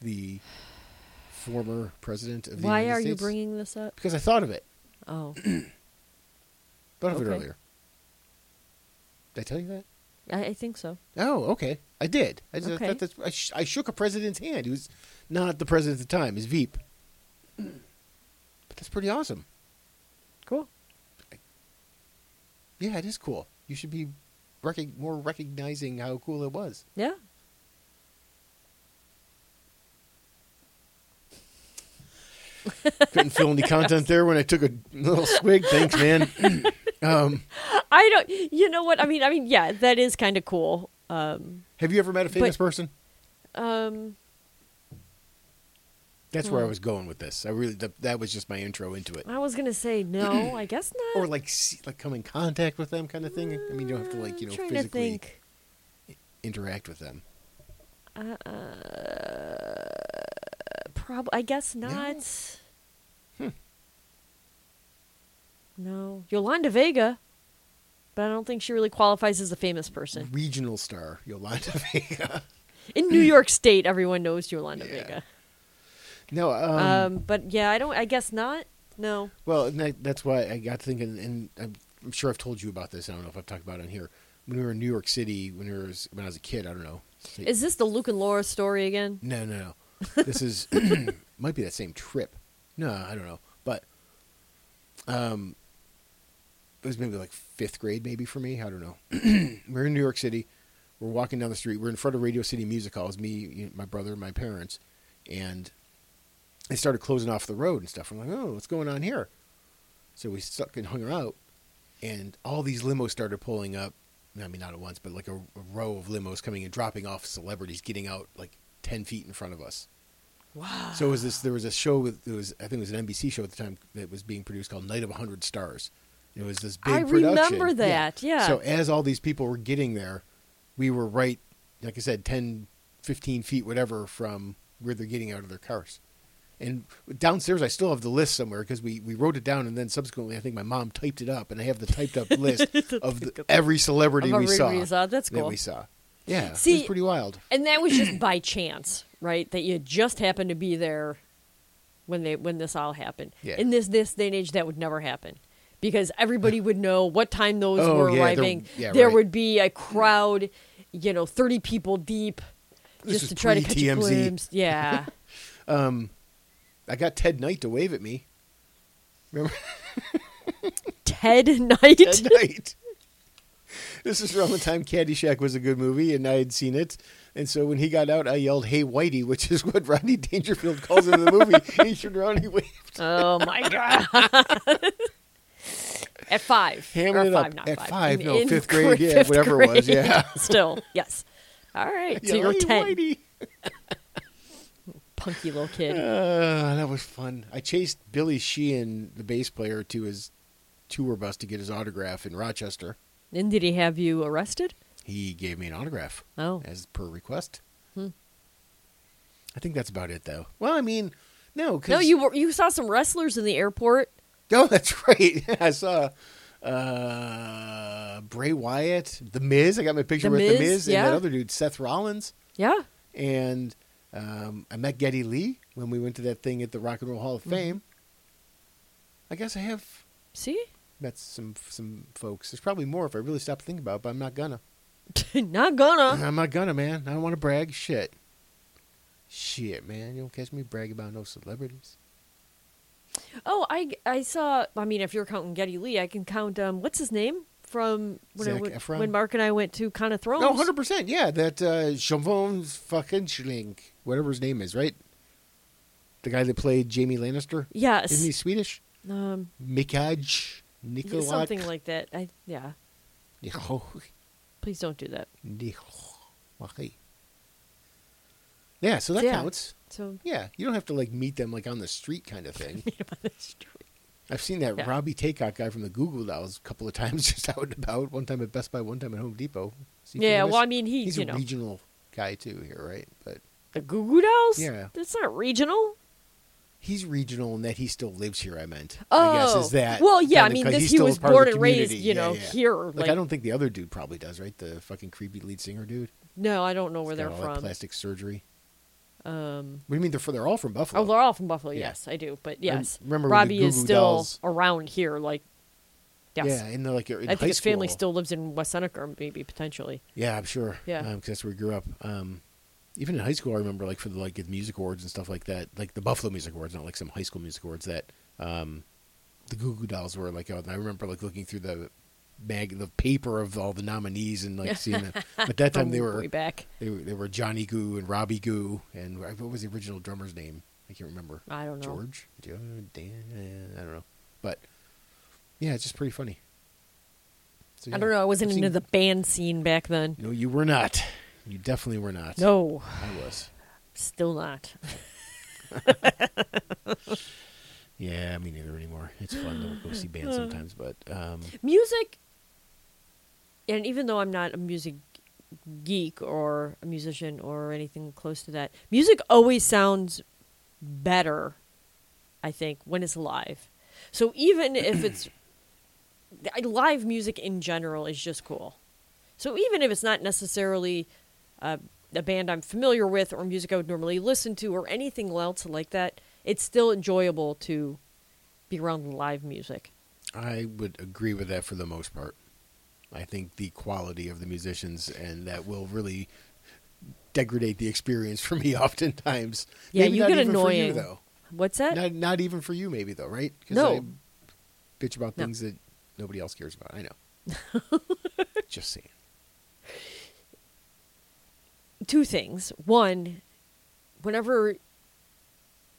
Speaker 1: The former president of the
Speaker 2: Why
Speaker 1: United
Speaker 2: are you
Speaker 1: States?
Speaker 2: bringing this up?
Speaker 1: Because I thought of it.
Speaker 2: Oh,
Speaker 1: Thought of it
Speaker 2: Okay.
Speaker 1: earlier. Did I tell you that?
Speaker 2: I, I think so.
Speaker 1: Oh, okay. I did. I, just, I,
Speaker 2: Okay.
Speaker 1: thought that's, I, sh- I shook a president's hand. He was not the president at the time. His Veep. But that's pretty awesome.
Speaker 2: Cool.
Speaker 1: Yeah, it is cool. You should be recog- more recognizing how cool it was.
Speaker 2: Yeah.
Speaker 1: Couldn't feel any content there when I took a little swig. Thanks, man. um,
Speaker 2: I don't. You know what I mean? I mean, yeah, that is kind of cool. Um,
Speaker 1: have you ever met a famous
Speaker 2: But-
Speaker 1: person?
Speaker 2: um,
Speaker 1: That's where I
Speaker 2: Hmm.
Speaker 1: was going with this. I really that, that was just my intro into it.
Speaker 2: I was gonna say no. I guess not.
Speaker 1: Or like see, like come in contact with them kind of thing. I mean, you don't have to like you
Speaker 2: I'm
Speaker 1: know
Speaker 2: trying
Speaker 1: physically
Speaker 2: To think.
Speaker 1: interact with them.
Speaker 2: Uh, uh, prob- I guess not.
Speaker 1: Hmm.
Speaker 2: No, Yolanda Vega, but I don't think she really qualifies as a famous person
Speaker 1: Regional star Yolanda Vega.
Speaker 2: in New York State. Everyone knows Yolanda
Speaker 1: Yeah.
Speaker 2: Vega.
Speaker 1: No, um,
Speaker 2: Um, but yeah, I don't. I guess not. No.
Speaker 1: well, and that, that's why I got thinking, and I'm, I'm sure I've told you about this. I don't know if I've talked about it on here. When we were in New York City, when we were, when I was a kid, I don't know. It's like-
Speaker 2: Is this the Luke and Laura story again?
Speaker 1: No, no, no. This is might be that same trip. No, I don't know. But um, it was maybe like fifth grade, maybe for me. I don't know. we're in New York City. We're walking down the street. We're in front of Radio City Music Hall. It's me, you- my brother, my parents, and they started closing off the road and stuff. I'm like, oh, what's going on here? So we stuck and hung out, and all these limos started pulling up. I mean, not at once, but like a, a row of limos coming and dropping off celebrities, getting out like ten feet in front of us.
Speaker 2: Wow.
Speaker 1: So it was this? There was a show with it was I think it was an NBC show at the time that was being produced called Night of Hundred Stars. It was this big.
Speaker 2: I
Speaker 1: production.
Speaker 2: remember that, yeah.
Speaker 1: So as all these people were getting there, we were right, like I said, 10, 15 feet, whatever, from where they're getting out of their cars. And downstairs, I still have the list somewhere because we, we wrote it down, and then subsequently, I think my mom typed it up, and I have the typed up list of the, every celebrity
Speaker 2: Of
Speaker 1: we
Speaker 2: everybody
Speaker 1: saw,
Speaker 2: we saw. That's
Speaker 1: That
Speaker 2: cool.
Speaker 1: we saw. Yeah, it was
Speaker 2: See,
Speaker 1: pretty wild.
Speaker 2: And that was just by chance, right? That you just happened to be there when they when this all happened.
Speaker 1: Yeah.
Speaker 2: In this this day and age, that would never happen because everybody would know what time those
Speaker 1: Oh,
Speaker 2: were
Speaker 1: yeah, there-
Speaker 2: arriving.
Speaker 1: yeah,
Speaker 2: there
Speaker 1: right.
Speaker 2: would be a crowd, you know, thirty people deep,
Speaker 1: This
Speaker 2: just
Speaker 1: was
Speaker 2: to try to catch a
Speaker 1: pre-TMZ.
Speaker 2: glimpse. Yeah,
Speaker 1: I got Ted Knight to wave at me. Remember?
Speaker 2: Ted Knight.
Speaker 1: at night. This is around the time Caddyshack was a good movie, and I had seen it. And so when he got out, I yelled, "Hey, Whitey!" which is what Rodney Dangerfield calls him in the movie. and he turned around, and he waved,
Speaker 2: Oh my god. At five,
Speaker 1: Hammering
Speaker 2: or
Speaker 1: it up.
Speaker 2: five, not
Speaker 1: At
Speaker 2: five.
Speaker 1: five,
Speaker 2: In-
Speaker 1: no,
Speaker 2: in
Speaker 1: fifth grade, yeah,
Speaker 2: fifth
Speaker 1: whatever it was,
Speaker 2: grade.
Speaker 1: yeah.
Speaker 2: Still, yes. All right, so
Speaker 1: "Yeah,
Speaker 2: you're
Speaker 1: hey,
Speaker 2: ten,
Speaker 1: Whitey."
Speaker 2: punky little kid.
Speaker 1: Uh, that was fun. I chased Billy Sheehan, the bass player, to his tour bus to get his autograph in Rochester.
Speaker 2: Then did he have you arrested?
Speaker 1: He gave me an autograph.
Speaker 2: Oh,
Speaker 1: as per request.
Speaker 2: Hmm.
Speaker 1: I think that's about it, though. Well, I mean, no, 'cause-
Speaker 2: no, you were, you saw some wrestlers in the airport.
Speaker 1: Oh, that's right. Yeah, I saw uh, Bray Wyatt, The Miz. I got my picture
Speaker 2: The
Speaker 1: with
Speaker 2: Miz,
Speaker 1: The Miz
Speaker 2: yeah.
Speaker 1: and that other dude, Seth Rollins.
Speaker 2: Yeah,
Speaker 1: And um, I met Getty Lee
Speaker 2: Mm-hmm.
Speaker 1: when we went to that thing at the Rock and Roll Hall of Fame. I guess I have
Speaker 2: see,
Speaker 1: met some some folks. There's probably more if I really stop to think about, it, but I'm not gonna.
Speaker 2: Not gonna.
Speaker 1: I'm not gonna, man. I don't want to brag. Shit. Shit, man. You don't catch me bragging about no celebrities.
Speaker 2: Oh, I I saw. I mean, if you're counting Getty Lee, I can count. Um, what's his name from when I
Speaker 1: Zac
Speaker 2: went-
Speaker 1: Efron?
Speaker 2: when Mark and I went to Con of Thrones?
Speaker 1: No, hundred percent. Yeah, that uh, Shavon's fucking Schling, whatever his name is, right? The guy that played Jamie Lannister.
Speaker 2: Yes.
Speaker 1: Isn't he Swedish?
Speaker 2: um,
Speaker 1: Mikaj
Speaker 2: yeah,
Speaker 1: Nikolak.
Speaker 2: something like that. I yeah.
Speaker 1: Nikolak.
Speaker 2: Please don't do that.
Speaker 1: Nikolak. Yeah, so that
Speaker 2: Yeah.
Speaker 1: counts.
Speaker 2: So
Speaker 1: Yeah, you don't have to like meet them like on the street kind of thing.
Speaker 2: that's true.
Speaker 1: I've seen that
Speaker 2: Yeah.
Speaker 1: Robbie Takeout guy from the Google Dolls a couple of times, just out and about. One time at Best Buy, one time at Home Depot. Is he
Speaker 2: yeah.
Speaker 1: famous?
Speaker 2: Well, I mean, he
Speaker 1: he's
Speaker 2: you
Speaker 1: a
Speaker 2: know
Speaker 1: regional guy too here, right? But
Speaker 2: the Goo Goo Dolls.
Speaker 1: Yeah.
Speaker 2: That's not regional.
Speaker 1: he's regional in that he still lives here. I meant.
Speaker 2: Oh.
Speaker 1: I guess is that.
Speaker 2: well, yeah. I
Speaker 1: kinda-
Speaker 2: mean,
Speaker 1: 'cause
Speaker 2: this
Speaker 1: he's
Speaker 2: he
Speaker 1: still a
Speaker 2: was
Speaker 1: part of
Speaker 2: born
Speaker 1: the
Speaker 2: and raised.
Speaker 1: community. Yeah,
Speaker 2: You know,
Speaker 1: yeah.
Speaker 2: here.
Speaker 1: Like,
Speaker 2: Like,
Speaker 1: I don't think the other dude probably does, right? The fucking creepy lead singer dude.
Speaker 2: No, I don't know where
Speaker 1: He's
Speaker 2: they're
Speaker 1: got all that
Speaker 2: from.
Speaker 1: plastic surgery.
Speaker 2: Um.
Speaker 1: What do you mean? They're for, they're all from Buffalo.
Speaker 2: Oh, they're all from Buffalo.
Speaker 1: Yeah.
Speaker 2: Yes, I do. But yes,
Speaker 1: remember when the
Speaker 2: Robbie
Speaker 1: Goo
Speaker 2: is
Speaker 1: Goo
Speaker 2: still
Speaker 1: Dolls-
Speaker 2: around here. Like, yes,
Speaker 1: Yeah, and they're like in
Speaker 2: I
Speaker 1: high
Speaker 2: think his family
Speaker 1: school.
Speaker 2: still lives in West Seneca, maybe potentially.
Speaker 1: Yeah, I'm sure.
Speaker 2: Yeah.
Speaker 1: because that's where we grew up. Um, even in high school, I remember like for the like the music awards and stuff like that, like the Buffalo Music Awards, not like some high school music awards that um, the Goo Goo Dolls were like. Out, and I remember like looking through the mag, the paper of all the nominees and like seeing them. But that time they
Speaker 2: From
Speaker 1: were
Speaker 2: way back.
Speaker 1: they were they were Johnny Goo and Robbie Goo and what was the original drummer's name? I can't remember.
Speaker 2: I don't know.
Speaker 1: George, Joe, Dan, I don't know. But yeah, it's just pretty funny. So,
Speaker 2: I
Speaker 1: yeah,
Speaker 2: don't know. I wasn't
Speaker 1: I've
Speaker 2: into
Speaker 1: seen-
Speaker 2: the band scene back then.
Speaker 1: no, you were not. You definitely were not.
Speaker 2: No,
Speaker 1: I was.
Speaker 2: still not.
Speaker 1: Yeah, me neither anymore. It's fun to go see bands sometimes, but um,
Speaker 2: Music, and even though I'm not a music geek or a musician or anything close to that, music always sounds better, I think, when it's live. So even if it's I- live music in general is just cool. So even if it's not necessarily uh, a band I'm familiar with or music I would normally listen to or anything else like that, it's still enjoyable to be around live music.
Speaker 1: I would agree with that for the most part. I think the quality of the musicians and that will really degrade the experience for me oftentimes.
Speaker 2: Yeah,
Speaker 1: Maybe
Speaker 2: you
Speaker 1: not
Speaker 2: get
Speaker 1: even for you,
Speaker 2: annoying.
Speaker 1: though.
Speaker 2: What's that?
Speaker 1: Not not even for you, maybe though, right? 'Cause
Speaker 2: No.
Speaker 1: I bitch about
Speaker 2: No.
Speaker 1: things that nobody else cares about. I know. Just saying.
Speaker 2: two things. One, whenever,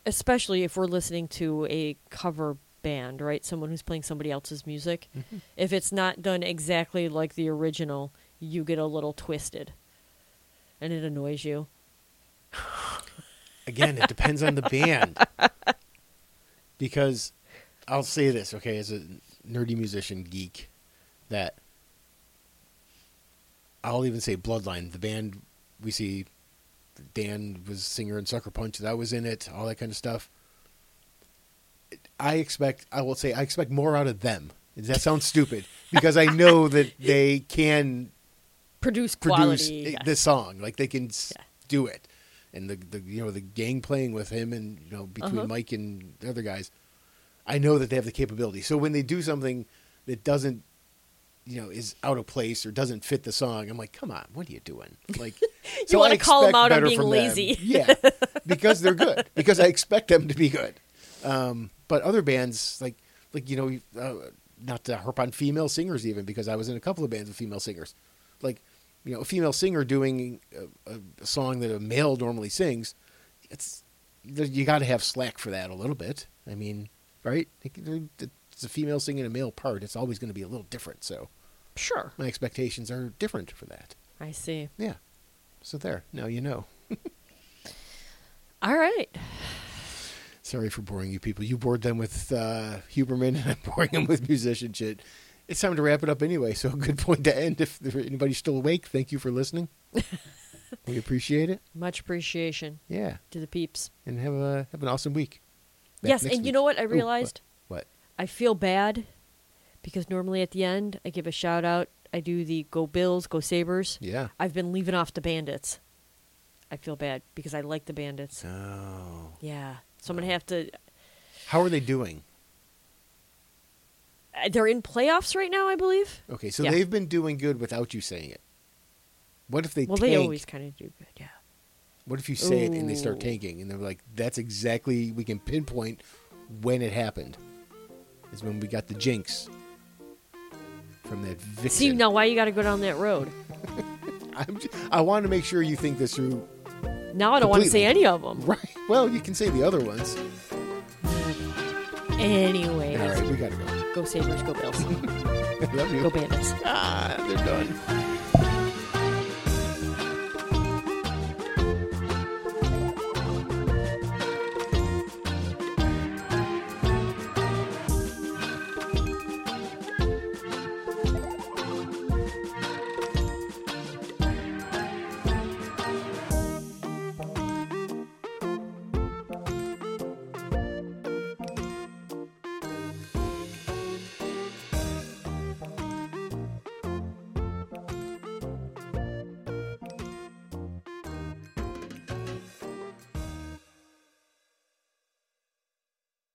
Speaker 2: especially if we're listening to a cover band, right? Someone who's playing somebody else's music,
Speaker 1: Mm-hmm.
Speaker 2: if it's not done exactly like the original, you get a little twisted and it annoys you.
Speaker 1: again, it depends on the band. Because I'll say this, okay, as a nerdy musician geek, that I'll even say Bloodline, the band we see, Dan was singer in Sucker Punch, that was in it, all that kind of stuff. I expect, I will say, I expect more out of them. Does That sounds stupid because I know that they can
Speaker 2: Produce
Speaker 1: produce eh,
Speaker 2: quality.
Speaker 1: i-
Speaker 2: yes.
Speaker 1: the song. Like they can s
Speaker 2: Yeah.
Speaker 1: do it, and the, the you know the gang playing with him and you know between
Speaker 2: Uh-huh.
Speaker 1: Mike and the other guys, I know that they have the capability. So when they do something that doesn't, you know, is out of place or doesn't fit the song, I'm like, come on, what are you doing? Like. so
Speaker 2: wanna
Speaker 1: I
Speaker 2: call 'em
Speaker 1: expect
Speaker 2: out on
Speaker 1: better
Speaker 2: being
Speaker 1: from them.
Speaker 2: lazy.
Speaker 1: yeah, because they're good. Because I expect them to be good. Um, but other bands, like like you know, uh, not to harp on female singers even, because I was in a couple of bands with female singers. Like, you know, a female singer doing a, a, a song that a male normally sings, it's you got to have slack for that a little bit. I mean, right? It's a female singing a male part. It's always going to be a little different. So
Speaker 2: sure.
Speaker 1: my expectations are different for that.
Speaker 2: I see.
Speaker 1: Yeah. So there. Now you know.
Speaker 2: All right.
Speaker 1: Sorry for boring you people. You bored them with uh, Huberman, and I'm boring them with musician shit. It's time to wrap it up anyway. So, a good point to end. If there, anybody's still awake, thank you for listening. we appreciate it.
Speaker 2: Much appreciation
Speaker 1: Yeah,
Speaker 2: to the peeps.
Speaker 1: and have a have an awesome week. Back
Speaker 2: yes.
Speaker 1: next
Speaker 2: And you
Speaker 1: week.
Speaker 2: know what I
Speaker 1: Ooh,
Speaker 2: realized?
Speaker 1: what?
Speaker 2: I feel bad because normally at the end I give a shout out. I do the go Bills, go Sabers.
Speaker 1: Yeah.
Speaker 2: I've been leaving off the bandits. I feel bad because I like the bandits.
Speaker 1: Oh,
Speaker 2: Yeah. So I'm gonna have to
Speaker 1: how are they doing?
Speaker 2: Uh, They're in playoffs right now, I believe.
Speaker 1: Okay, so
Speaker 2: Yeah.
Speaker 1: they've been doing good without you saying it. What if they
Speaker 2: well,
Speaker 1: tank?
Speaker 2: they always kind of do good. Yeah.
Speaker 1: What if you say it and they start
Speaker 2: Ooh.
Speaker 1: tanking and they're like, that's exactly, we can pinpoint when it happened. Is when we got the jinx from that vixen.
Speaker 2: See now why you got to go down that road.
Speaker 1: I'm j- I want to make sure you think this through.
Speaker 2: Now I don't want to say
Speaker 1: Completely.
Speaker 2: any of them.
Speaker 1: Right. Well, you can say the other ones.
Speaker 2: Anyway,
Speaker 1: All right, we got to go.
Speaker 2: go Sabres, go Bills,
Speaker 1: Love you.
Speaker 2: go Bandits.
Speaker 1: Ah, they're done.